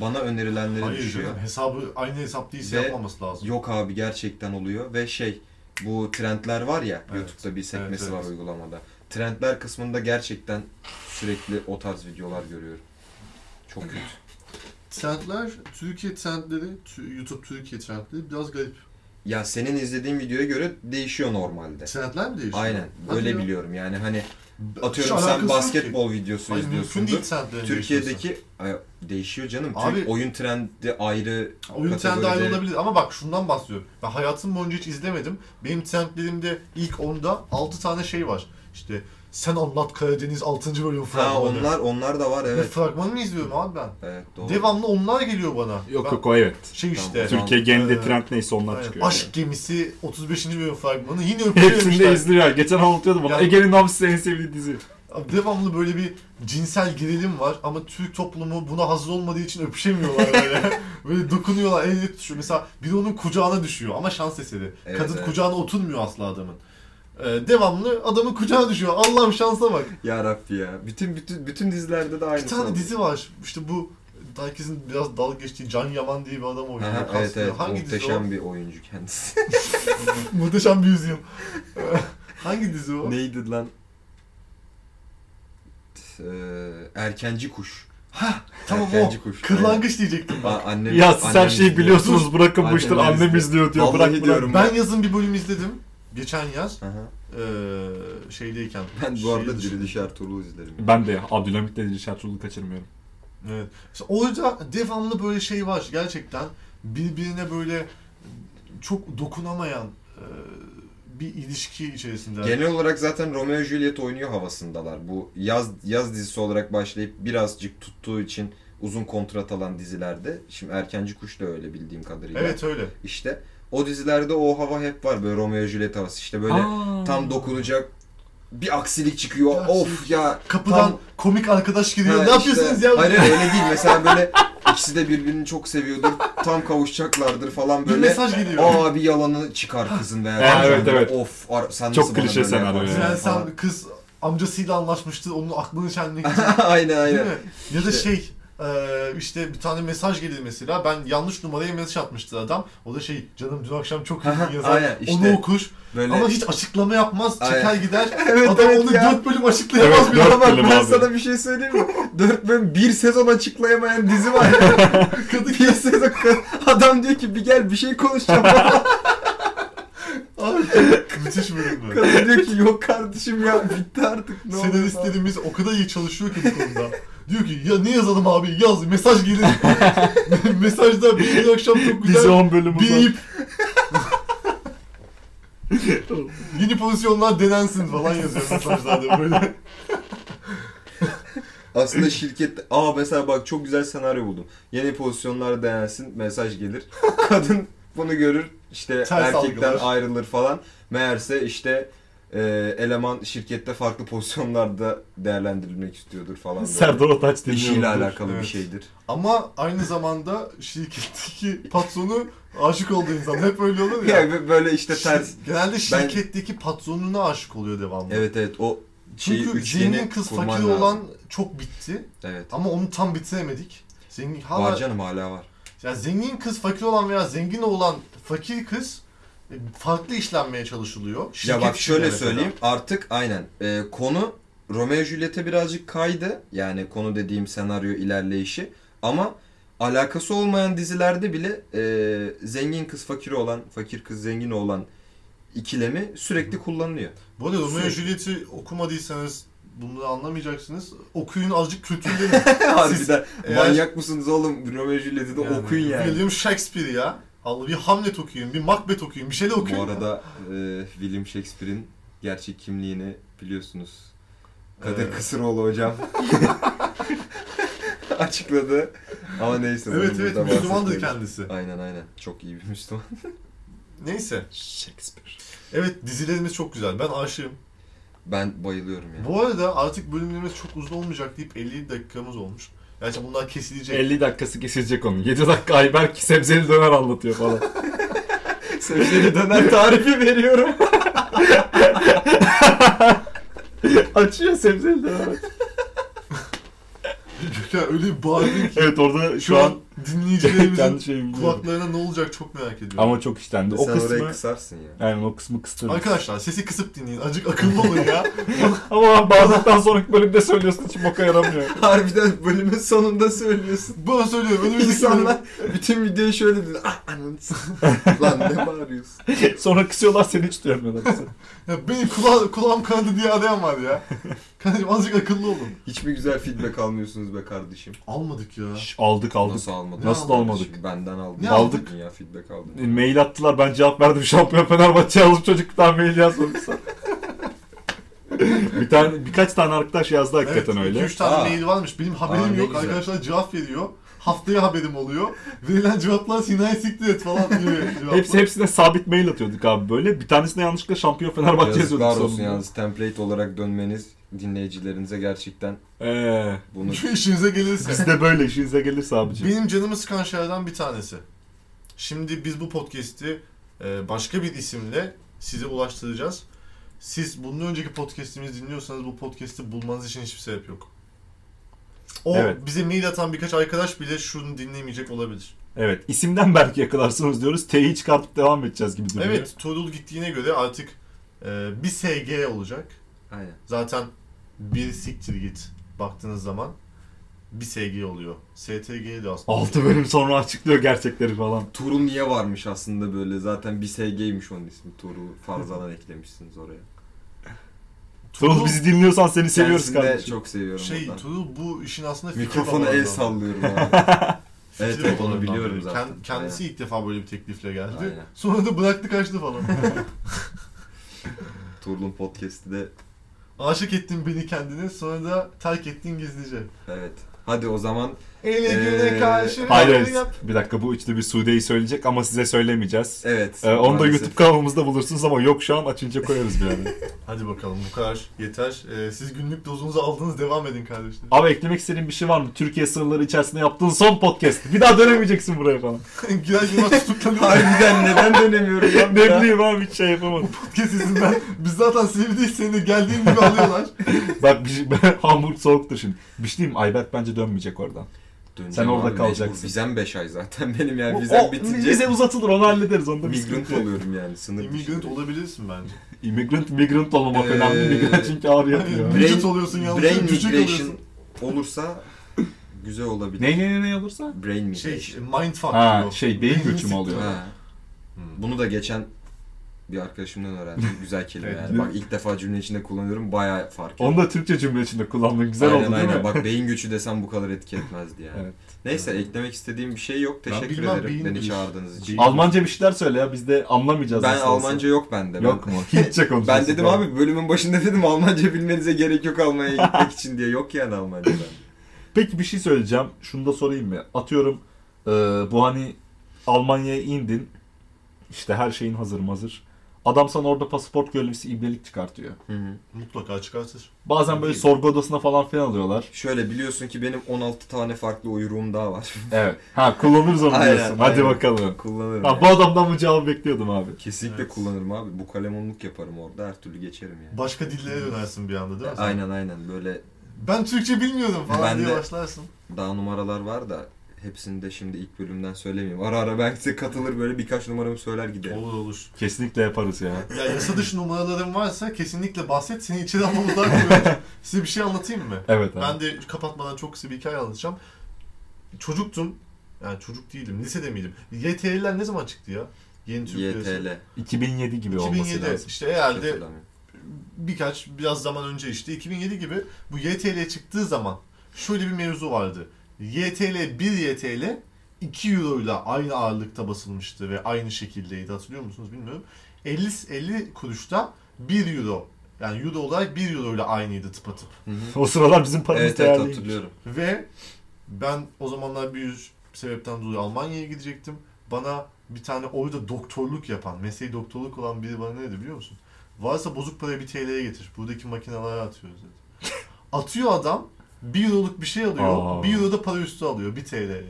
S2: bana önerilenlere
S1: Hayır
S2: düşüyor.
S1: canım hesabı aynı hesap değilse
S2: şey Ve-
S1: yapmaması lazım.
S2: Yok abi gerçekten oluyor ve şey bu trendler var ya
S1: Evet.
S2: YouTube'da bir sekmesi
S1: Evet, evet.
S2: var uygulamada. Trendler kısmında gerçekten sürekli o tarz videolar görüyorum. Çok kötü.
S1: Trendler, Türkiye trendleri, tü- YouTube Türkiye trendleri biraz garip.
S2: Ya senin izlediğin videoya göre değişiyor normalde.
S1: Trendler mi değişiyor?
S2: Aynen.
S1: Hadi
S2: Öyle
S1: ya.
S2: biliyorum. Yani hani
S1: Hiç
S2: atıyorum
S1: alakası
S2: sen
S1: yok
S2: basketbol videosu
S1: ki. Hayır, mümkün değil
S2: izliyorsundur.
S1: trendlerin değişmesi.
S2: Türkiye'deki Ay, değişiyor canım. Türk
S1: Abi-
S2: oyun trendi ayrı.
S1: Oyun trend
S2: kategoride-
S1: ayrılabilir ama bak şundan bahsediyorum. Ben hayatım boyunca hiç izlemedim. Benim trendlerimde ilk 10'da 6 tane şey var. İşte sen anlat Karadeniz 6. bölüm fragmanı.
S2: Ha onlar onlar da var
S1: Ve
S2: evet.
S1: fragmanını izliyorum abi ben.
S2: Evet doğru.
S1: Devamlı onlar geliyor bana.
S3: Yok
S1: Ben-
S3: yok o evet.
S1: Şey
S2: Tamam,
S1: işte.
S2: tamam.
S3: Türkiye genelinde
S1: Ee,
S3: trend neyse onlar
S1: aynen,
S3: çıkıyor.
S1: aşk gemisi 35. bölüm fragmanı yine
S3: Hepsini de
S1: öpüyormuşlar.
S3: izliyor. Geçen anlatıyordum bana.
S1: Yani-
S3: Ege'nin Hapsi en sevdiği dizi.
S1: Devamlı böyle bir cinsel gerilim var ama Türk toplumu buna hazır olmadığı için öpüşemiyorlar böyle. böyle dokunuyorlar, el ele tutuşuyor. Mesela biri onun kucağına düşüyor ama şans eseri.
S2: Evet,
S1: Kadın
S2: evet.
S1: kucağına oturmuyor asla adamın. Ee, devamlı adamın kucağına düşüyor. Allah'ım şansa bak.
S2: Ya Rabbi ya. Bütün bütün bütün dizilerde de aynı.
S1: Bir tane dizi var. İşte bu herkesin biraz dalga geçtiği Can Yaman diye bir adam oynuyor.
S2: Aha,
S1: Kaslı.
S2: evet evet
S1: Hangi
S2: muhteşem
S1: dizi
S2: bir oyuncu kendisi.
S1: o? Muhteşem bir yüzyıl. Ee, Hangi dizi o?
S2: Neydi lan? Ee, erkenci kuş. Ha,
S1: tamam o.
S2: erkenci kuş.
S1: Kırlangıç diyecektim
S2: Aynen.
S1: ben.
S2: Aa, annem,
S3: Ya siz her
S2: annem
S3: şeyi
S2: izliyor.
S3: biliyorsunuz bırakın bu
S2: Annem
S3: işleri
S2: izliyor.
S3: annem izliyor diyor.
S2: Vallahi
S3: Bırak bırak.
S2: diyorum.
S1: Ben yazın bir bölüm izledim. Geçen yaz.
S2: Aha.
S1: Ee, şeydeyken.
S2: Ben bu arada
S1: Şeyi düşündüm.
S2: Diriliş Ertuğrul izlerim.
S3: Ben de Abdülhamit'le Diliş Ertuğrul'u kaçırmıyorum.
S1: Evet. İşte orada devamlı böyle şey var gerçekten. Birbirine böyle çok dokunamayan e, bir ilişki içerisinde.
S2: Genel olarak zaten Romeo ve Juliet oynuyor havasındalar. Bu yaz yaz dizisi olarak başlayıp birazcık tuttuğu için uzun kontrat alan dizilerde. Şimdi Erkenci Kuş da öyle bildiğim kadarıyla.
S1: evet öyle.
S2: İşte o dizilerde o hava hep var böyle Romeo ve Juliet havası. İşte böyle tam dokunacak bir aksilik çıkıyor.
S1: Bir aksilik.
S2: Of ya.
S1: Kapıdan
S2: tam-
S1: komik arkadaş giriyor.
S2: Ha,
S1: ne
S2: işte- hani
S1: yapıyorsunuz ya?
S2: Hayır hayır, öyle değil. Mesela böyle ikisi de birbirini çok seviyordur. Tam kavuşacaklardır falan
S1: bir
S2: böyle.
S1: mesaj geliyor.
S2: Aa bir yalanı çıkar kızın veya.
S3: Ha, evet,
S2: amcanın.
S3: evet.
S2: Of ar- sen
S3: Çok
S2: nasıl bana
S3: klişe
S2: böyle
S3: senaryo
S2: yaparsın?"
S1: Yani sen
S2: falan.
S1: kız amcasıyla anlaşmıştı. Onun aklını şenlik.
S2: aynen
S1: Değil
S2: aynen.
S1: mi? Ya da
S2: İşte-
S1: şey e, işte bir tane mesaj gelir mesela. Ben yanlış numaraya mesaj atmıştı adam. O da şey canım dün akşam çok
S2: Aha,
S1: iyi yazar.
S2: aynen, işte.
S1: Onu okur.
S2: Böyle
S1: Ama hiç açıklama yapmaz. Çeker
S2: Aynen.
S1: gider.
S2: Evet,
S1: Adam
S2: evet
S1: onu
S2: ya.
S1: dört bölüm açıklayamaz
S3: Evet,
S1: bile.
S3: dört
S2: Ya bak
S3: bölüm
S2: ben
S3: abi.
S2: sana bir şey söyleyeyim mi? 4 bölüm bir sezon açıklayamayan dizi var.
S1: Kadın
S2: bir sezon adam diyor ki bir gel bir şey konuşacağım.
S1: Abi, müthiş bölüm bu.
S2: Kadın diyor ki yok kardeşim ya bitti artık ne oluyor falan.
S1: Senaristlerimiz o kadar iyi çalışıyor ki bu konuda. Diyor ki ya ne yazalım abi yaz mesaj gelir. Mesajda bir iyi akşam çok
S3: Dizi
S1: güzel.
S3: 10 bölüm uzar.
S1: Bip. Yeni pozisyonlar denensin falan yazıyor mesajlarda böyle.
S2: Aslında şirket aa mesela bak çok güzel senaryo buldum. Yeni pozisyonlar denensin mesaj gelir. Kadın bunu görür işte
S1: Ters
S2: erkekten
S1: algılar.
S2: ayrılır falan. Meğerse işte e, eleman şirkette farklı pozisyonlarda değerlendirilmek istiyordur falan. böyle.
S3: Serdar Otaç
S2: İşiyle
S3: dinliyorum.
S2: alakalı
S1: Evet.
S2: bir şeydir.
S1: Ama aynı zamanda şirketteki patronu aşık olduğu insan hep öyle olur ya. şey
S2: Yani böyle işte ters.
S1: Şi- Genelde
S2: Ben-
S1: şirketteki patronuna aşık oluyor devamlı.
S2: Evet evet o şeyi
S1: Çünkü
S2: üçgeni
S1: zengin kız
S2: kurman
S1: fakir
S2: lazım.
S1: olan çok bitti
S2: Evet.
S1: ama onu tam bitiremedik. Zengin hala
S2: Var canım hala var.
S1: ya zengin kız fakir olan veya zengin olan fakir kız e, farklı işlenmeye çalışılıyor. Şirket
S2: Ya bak
S1: içinde
S2: şöyle
S1: mesela.
S2: söyleyeyim artık aynen Ee, konu Romeo Juliet'e birazcık kaydı yani konu dediğim senaryo ilerleyişi ama alakası olmayan dizilerde bile e, zengin kız fakir olan fakir kız zengin olan ikilemi sürekli kullanılıyor.
S1: Bu arada Romeo
S2: Sürekli.
S1: Juliet'i okumadıysanız bunları anlamayacaksınız. Okuyun azıcık kültürlerini.
S2: Harbiden
S1: eğer-
S2: manyak mısınız oğlum Romeo Juliet'i de
S1: Yani,
S2: okuyun yani.
S1: William Shakespeare ya. Allah bir Hamlet okuyun, bir Macbeth okuyun, bir şeyler okuyun.
S2: Bu arada e, William Shakespeare'in gerçek kimliğini biliyorsunuz. Kadir
S1: Ee,
S2: Kısıroğlu hocam açıkladı. Ama neyse. bunu
S1: Evet evet
S2: burada
S1: Müslümandır
S2: bahsetmeyelim.
S1: kendisi.
S2: Aynen aynen. Çok iyi bir Müslüman.
S1: Neyse.
S3: Shakespeare.
S1: Evet dizilerimiz çok güzel. Ben aşığım.
S2: Ben bayılıyorum yani.
S1: Bu arada artık bölümlerimiz çok uzun olmayacak deyip 57 dakikamız olmuş. Gerçi bunlar kesilecek.
S3: 50 dakikası kesilecek onun. 7 dakika Ayberk sebzeli döner anlatıyor falan.
S2: Sebzeli döner tarifi veriyorum.
S3: Açıyor sebzeli döner.
S1: ya öyle bir bağırdın ki.
S3: Evet orada
S1: Şu an dinleyicilerimizin
S3: kendi şeyimi biliyorum.
S1: kulaklarına ne olacak çok merak ediyorum.
S3: Ama çok işlendi. O
S2: Sen orayı
S3: kısmı
S2: kısarsın ya.
S3: Aynen o kısmı kıstırmış.
S1: Arkadaşlar sesi kısıp dinleyin. Acık akıllı olun ya.
S3: Ama bağladıktan sonraki bölümde söylüyorsun hiç boka yaramıyor.
S2: Harbiden bölümün sonunda söylüyorsun.
S1: Bu söylüyorum. Önümüzdeki
S2: İnsanlar bütün videoyu şöyle dedi. Ah ananı s- Lan ne bağırıyorsun?
S3: Sonra kısıyorlar seni hiç duyamıyorlar.
S1: Ya benim kula- kulağım kanadı diye arayan var ya. Kardeşim azıcık akıllı olun.
S2: Hiç mi güzel feedback almıyorsunuz be kardeşim?
S1: Almadık ya.
S3: Şş, aldık aldık.
S2: Nasıl almadın?
S3: Nasıl
S2: Almadın
S3: almadık?
S2: şimdi? Benden aldım.
S1: Ne
S3: Aldık.
S2: Ya feedback aldım.
S3: E, Mail attılar ben cevap verdim. Şampiyon Fenerbahçe yazmış çocuktan mail yazmamışsa. bir tane birkaç tane arkadaş yazdı hakikaten
S1: evet,
S3: öyle.
S1: 2-3 tane
S2: Aa.
S1: mail varmış. Benim haberim
S2: Aa, ne
S1: yok.
S2: güzel.
S1: Arkadaşlar cevap veriyor. Haftaya haberim oluyor. Verilen cevaplar Sinay siktir et falan gibi cevaplar.
S3: Hepsi hepsine sabit mail atıyorduk abi böyle. Bir tanesine yanlışlıkla şampiyon Fenerbahçe yazıyorduk
S2: Yazıklar olsun
S3: sonunda.
S2: yalnız template olarak dönmeniz dinleyicilerinize gerçekten
S3: Ee,
S2: bunu
S1: Şu işinize gelirse.
S3: biz de böyle işinize gelirse abicim.
S1: Benim canımı sıkan şeylerden bir tanesi. Şimdi biz bu podcast'i e, başka bir isimle size ulaştıracağız. Siz bundan önceki podcast'imizi dinliyorsanız bu podcast'i bulmanız için hiçbir sebep yok. O
S3: Evet.
S1: bize mail atan birkaç arkadaş bile şunu dinlemeyecek olabilir.
S3: Evet isimden belki yakalarsınız diyoruz. T'yi çıkartıp devam edeceğiz gibi duruyor.
S1: Evet, Tuğrul gittiğine göre artık e, bir SG olacak.
S2: aynen.
S1: Zaten bir siktir git baktığınız zaman bir SG oluyor. STG de aslında.
S3: 6 bölüm sonra açıklıyor gerçekleri falan.
S2: Turul niye varmış aslında böyle zaten bir SG'ymiş onun ismi Turul Farzan'dan eklemişsiniz oraya.
S3: Tuğrul bizi dinliyorsan seni seviyoruz
S2: Kendisini de
S3: kardeşim.
S2: çok seviyorum
S1: Şey
S2: buradan.
S1: Tuğrul bu işin aslında fikir
S2: Mikrofona
S1: babalarından.
S2: el sallıyorum abi.
S1: Fikir
S2: Evet, evet, onu
S1: babalarından
S2: biliyorum
S1: biri.
S2: zaten.
S1: Ken- kendisi ilk defa böyle bir teklifle geldi.
S2: Aynen.
S1: Sonra da bıraktı kaçtı falan.
S2: Turul'un podcast'i de
S1: Aşık ettin beni kendine sonra da terk ettin gizlice.
S2: evet. Hadi o zaman
S1: Ele güne
S2: Ee,
S1: karşı
S3: Hayır
S1: böyle
S3: evet.
S1: yap.
S3: Bir dakika bu üçlü bir Sude'yi söyleyecek ama size söylemeyeceğiz.
S2: evet.
S3: Ee, onu da
S2: maalesef.
S3: YouTube kanalımızda bulursunuz ama yok şu an açınca koyarız bir ara.
S1: Hadi bakalım bu kadar yeter. Ee, siz günlük dozunuzu aldınız devam edin kardeşler.
S3: Abi eklemek istediğin bir şey var mı? Türkiye sınırları içerisinde yaptığın son podcast. Bir daha dönemeyeceksin buraya falan.
S1: Girer girmez tutuklanıyor.
S2: Harbiden neden dönemiyorum ben
S3: ne
S2: ya?
S3: bileyim abi hiç şey yapamadım.
S1: Podcast yüzünden. Biz zaten sevdiğiz seni de geldiğin gibi alıyorlar.
S3: Bak bir şey, Hamburg soğuktur şimdi. Bir şey diyeyim Ayberk bence dönmeyecek oradan.
S2: Döneceğim
S3: Sen orada
S2: abi, mecbur.
S3: kalacaksın.
S2: Vizem 5 ay zaten benim yani
S3: O-
S2: vizem
S3: o-
S2: bitince
S3: Vize uzatılır onu hallederiz onda bir
S2: migrant
S3: migrant
S2: oluyorum yani sınır
S1: Immigrant
S2: dışı.
S1: olabilirsin bence.
S3: Immigrant, migrant olmamak
S2: Ee,
S3: önemli. Migrant çünkü ağrı yapıyor.
S1: Aynen. Midget oluyorsun, yalnız
S2: Brain
S1: cücük
S2: migration
S1: oluyorsun.
S2: olursa güzel olabilir.
S3: Ne ne ne ne olursa?
S2: Brain
S3: Şey,
S2: migration.
S1: Şey mindfuck
S3: Ha,
S1: diyor.
S3: şey, beyin
S1: Beynini
S3: göçümü
S1: siktir.
S3: oluyor.
S2: Ha.
S1: Hmm.
S2: Bunu da geçen bir arkadaşımdan öğrendim. Güzel kelime
S1: Evet.
S2: yani. Bak ilk defa cümle içinde kullanıyorum. Bayağı fark
S3: Onu da Türkçe cümle içinde kullandın. Güzel
S2: aynen,
S3: oldu değil
S2: aynen.
S3: mi?
S2: Bak beyin göçü desem bu kadar etki etmezdi yani.
S3: Evet.
S2: Neyse eklemek istediğim bir şey yok.
S1: Ben
S2: Teşekkür
S1: bilmem,
S2: ederim
S1: beyin
S2: beni
S1: göçü.
S2: çağırdığınız için.
S1: Beyin-
S3: Almanca bir şeyler söyle ya biz de anlamayacağız.
S2: Ben
S3: nasıl olsa.
S2: Almanca yok bende. Ben-
S3: Yok mu? Hintçe konuşuyorsun.
S2: Ben dedim
S3: falan.
S2: abi bölümün başında dedim Almanca bilmenize gerek yok Almanya'ya gitmek için diye. Yok yani Almanca ben.
S3: Peki bir şey söyleyeceğim. Şunu da sorayım mı? Atıyorum e, bu hani Almanya'ya indin. İşte her şeyin hazır mazır. Adam sana orada pasaport görevlisi ibnelik çıkartıyor.
S1: Mutlaka çıkartır.
S3: Bazen böyle sorgu odasına falan filan alıyorlar.
S2: Şöyle biliyorsun ki benim 16 tane farklı uyruğum daha var.
S3: Evet. Ha kullanırız onu
S2: Aynen,
S3: diyorsun. Hadi
S2: aynen.
S3: bakalım.
S2: kullanırım.
S3: Ha, bu adamdan bu cevabı bekliyordum abi.
S2: Kesinlikle
S1: Evet.
S2: kullanırım abi. Bu kalemonluk yaparım orada her türlü geçerim yani.
S1: Başka dillere dönersin bir anda değil mi? sen?
S2: Aynen aynen böyle
S1: Ben Türkçe bilmiyordum falan
S2: Ben
S1: diye
S2: de-
S1: başlarsın.
S2: daha numaralar var da hepsini de şimdi ilk bölümden söylemeyeyim. Ara ara belki katılır böyle birkaç numaramı söyler giderim.
S1: Olur olur.
S3: Kesinlikle yaparız ya.
S1: Ya yasa dışı numaraların varsa kesinlikle bahset. Seni içeri almamız daha kolay. Size bir şey anlatayım mı?
S3: Evet abi.
S1: Ben de kapatmadan çok kısa bir hikaye anlatacağım. Çocuktum. Yani çocuk değildim. Lisede miydim? YTL'ler ne zaman çıktı ya? Yeni Türk Lirası.
S2: YTL.
S3: 2007 gibi olması
S1: 2007.
S3: lazım.
S1: İşte herhalde
S2: Hatırlamıyorum.
S1: birkaç biraz zaman önce işte 2007 gibi bu YTL çıktığı zaman şöyle bir mevzu vardı. YTL 1 YTL 2 euroyla aynı ağırlıkta basılmıştı ve aynı şekildeydi hatırlıyor musunuz bilmiyorum. 50 50 kuruşta 1 euro yani euro olarak 1 euro ile aynıydı tıpatıp.
S2: Hı hı.
S3: O sıralar bizim paramız
S2: Evet evet
S3: değerliymiş.
S2: hatırlıyorum.
S1: Ve ben o zamanlar bir sebepten dolayı Almanya'ya gidecektim. Bana bir tane orada doktorluk yapan, mesleği doktorluk olan biri bana ne dedi biliyor musun? Varsa bozuk parayı bir TL'ye getir. Buradaki makinalara atıyoruz dedi. Atıyor adam. 1 euroluk bir şey alıyor.
S3: Aa.
S1: 1 euro da para üstü alıyor 1 TL'ye.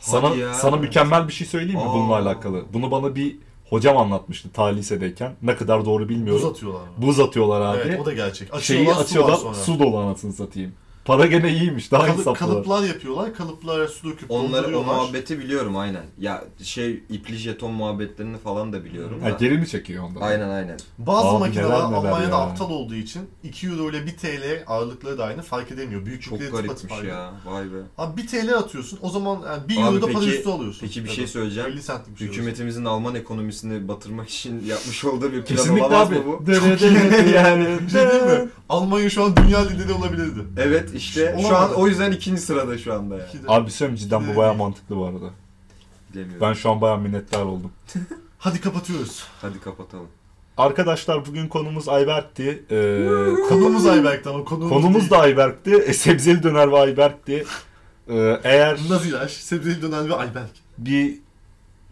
S3: Sana
S2: Hadi ya.
S3: sana mükemmel bir şey söyleyeyim mi
S2: Aa.
S3: bununla alakalı? Bunu bana bir hocam anlatmıştı ta lisedeyken. Ne kadar doğru
S1: Buz
S3: bilmiyorum.
S1: atıyorlar. ama.
S3: Buz atıyorlar abi.
S1: Evet o da gerçek.
S3: Şeyi
S1: Açıyorlar, su var
S3: açıyorlar
S1: sonra.
S3: su dolu anasını satayım. Para gene iyiymiş daha
S1: Kalı-
S3: insaflı.
S1: kalıplar yapıyorlar. Kalıplara su döküp
S2: Onları o
S1: dolduruyorlar.
S2: muhabbeti biliyorum aynen. Ya şey ipli jeton muhabbetlerini falan da biliyorum
S3: Ha,
S2: da.
S3: geri mi çekiyor ondan?
S2: Aynen aynen.
S1: Bazı
S3: Abi
S1: makineler
S3: neler neler
S1: Almanya'da
S3: ya.
S1: aptal olduğu için 2 euro ile 1 TL ağırlıkları da aynı fark edemiyor.
S2: Çok
S1: Büyüklükleri tıpatıp
S2: garipmiş
S1: aynı.
S2: ya. Vay be.
S1: Abi 1 TL atıyorsun o zaman yani 1
S2: Abi
S1: euro da para
S2: peki-
S1: üstü alıyorsun.
S2: Peki bir şey
S1: Evet.
S2: söyleyeceğim.
S1: 50 centlik bir şey alıyorsun.
S2: Hükümetimizin Alman ekonomisini batırmak için yapmış olduğu bir plan
S3: Kesinlikle
S2: olamaz
S3: abi.
S2: mı bu?
S3: Dere dere yani.
S1: Bir şey değil mi? Almanya şu an dünya lideri olabilirdi.
S2: Evet işte şu
S1: Olamadı.
S2: an o yüzden ikinci sırada şu anda ya.
S1: İki de-
S3: Abi şey söyleyeyim cidden bu baya mantıklı bu arada.
S2: Bilemiyorum.
S3: Ben şu an baya minnettar oldum.
S1: Hadi kapatıyoruz.
S2: Hadi kapatalım.
S3: Arkadaşlar bugün konumuz Ayberk'ti. Ee,
S1: Konumuz Ayberk'ti ama konumuz
S3: konumuz da Ayberk'ti. E, sebzeli döner ve Ayberk'ti. Ee, eğer
S1: Nazilaş, Sebzeli Dönen ve Ayberk.
S3: bir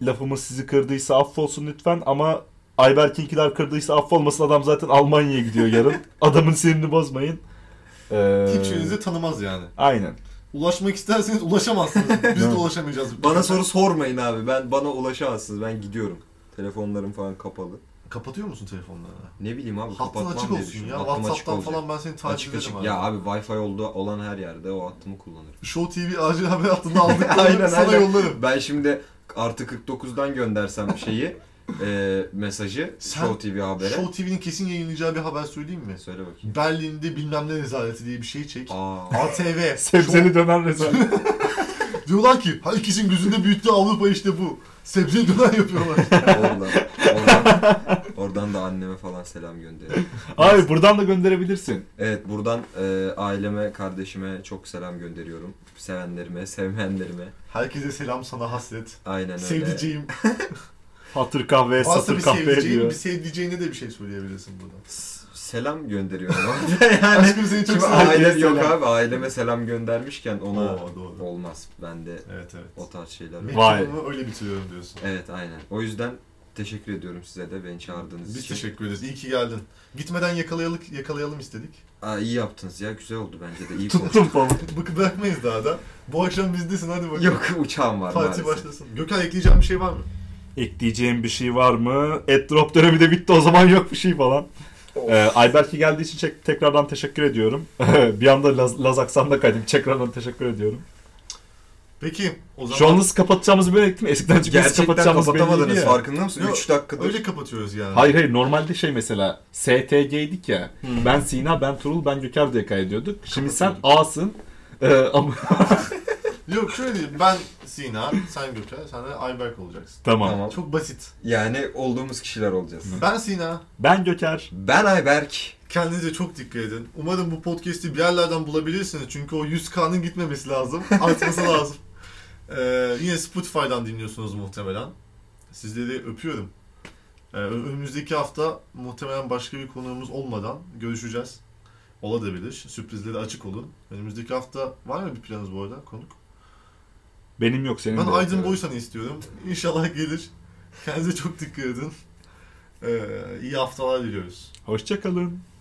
S3: lafımız sizi kırdıysa affolsun lütfen ama Ayberk'inkiler kırdıysa affolmasın adam zaten Almanya'ya gidiyor yarın. Adamın sinirini bozmayın. Ee,
S1: Hiçbirinizi tanımaz yani.
S3: Aynen.
S1: Ulaşmak isterseniz ulaşamazsınız. Biz de
S3: Evet.
S1: ulaşamayacağız.
S2: Bana soru sormayın abi. Ben bana ulaşamazsınız. Ben gidiyorum. Telefonlarım falan kapalı.
S1: Kapatıyor musun telefonlarını?
S2: Ne bileyim abi
S1: Hattın
S2: kapatmam
S1: açık
S2: diye
S1: olsun ya.
S2: düşünüyorum. Hattım açık olacak.
S1: Whatsapp'tan falan ben seni takip
S2: Açık
S1: ederim
S2: açık.
S1: abi.
S2: Ya abi Wi-Fi oldu olan her yerde o hattımı kullanırım.
S1: Show TV acil haber hattında aldıklarını
S2: Aynen,
S1: sana
S2: aynen.
S1: yollarım.
S2: Ben şimdi artı 49'dan göndersem şeyi e, mesajı
S1: Sen-
S2: Show TV habere.
S1: Show TV'nin kesin yayınlayacağı bir haber söyleyeyim mi?
S2: Söyle bakayım.
S1: Berlin'de bilmem ne rezaleti diye bir şey çek.
S2: Aa.
S1: ATV.
S3: Sebzeli döner rezalet.
S1: Çok- Diyorlar ki herkesin gözünde büyüttüğü Avrupa işte bu. Sebze döner yapıyorlar.
S2: oradan, oradan, oradan da anneme falan selam gönderiyorum.
S3: Abi buradan da gönderebilirsin.
S2: Evet buradan e, aileme, kardeşime çok selam gönderiyorum. Sevenlerime, sevmeyenlerime.
S1: Herkese selam sana hasret.
S2: Aynen öyle.
S1: Sevdiceğim.
S3: Hatır kahveye
S1: Varsa
S3: satır
S1: bir
S3: kahveye
S1: sevdiceğim, bir
S3: diyor.
S1: sevdiceğine de bir şey söyleyebilirsin burada.
S2: S- selam gönderiyorum abi. yani
S1: Aşkım seni çok
S2: şimdi
S1: seviyorum.
S2: ailem yok
S3: Selam.
S2: abi. Aileme selam göndermişken ona
S1: Oo, doğru.
S2: olmaz. Ben de
S1: Evet evet.
S2: o tarz şeyler.
S3: Vay.
S1: Mektubumu öyle bitiriyorum diyorsun.
S2: Evet aynen. O yüzden teşekkür ediyorum size de beni çağırdığınız
S1: Biz
S2: için.
S1: teşekkür ederiz. İyi ki geldin. Gitmeden yakalayalım, yakalayalım istedik.
S2: Aa, iyi yaptınız ya. Güzel oldu bence de. İyi konuştuk.
S3: Tuttum falan.
S1: Bak bırakmayız daha da. Bu akşam bizdesin hadi bakalım.
S2: Yok uçağım var
S1: Parti
S2: maalesef.
S1: başlasın. Gökhan ekleyeceğim bir şey var mı?
S3: Ekleyeceğim bir şey var mı? Et drop dönemi de bitti o zaman yok bir şey falan. Ee, Ayberk'e geldiği için çek- tekrardan teşekkür ediyorum. bir anda Laz, Laz aksanda kaydım. Tekrardan teşekkür ediyorum.
S1: Peki o zaman
S3: Şu an nasıl kapatacağımızı böyle ettim. Eskiden çünkü nasıl
S2: Gerçekten
S3: kapatacağımız belliydi
S2: kapatamadınız
S3: ya.
S2: farkında mısın?
S1: Yok,
S2: 3 dakikadır.
S1: öyle kapatıyoruz yani.
S3: Hayır hayır normalde şey mesela STG'ydik ya. Ben Sina, ben Turul, ben Göker diye kaydediyorduk. Şimdi sen A'sın. Ee, ama
S1: Yok şöyle diyeyim. Ben Sina, sen Gökçe, sen de Ayberk olacaksın.
S4: Tamam.
S2: Tamam.
S1: Çok basit.
S2: Yani olduğumuz kişiler olacağız.
S1: Ben Sina.
S4: Ben Göker.
S2: Ben Ayberk.
S1: Kendinize çok dikkat edin. Umarım bu podcast'i bir yerlerden bulabilirsiniz. Çünkü o 100K'nın gitmemesi lazım. Artması lazım. Ee, yine Spotify'dan dinliyorsunuz muhtemelen. Sizleri öpüyorum. Ee, ö- önümüzdeki hafta muhtemelen başka bir konuğumuz olmadan görüşeceğiz. Olabilir. Sürprizleri açık olun. Önümüzdeki hafta var mı bir planınız bu arada konuk?
S4: Benim yok senin
S1: Ben
S4: de.
S1: Aydın Boysan'ı istiyorum. İnşallah gelir. Kendinize çok dikkat edin. Ee, iyi haftalar diliyoruz.
S4: Hoşçakalın.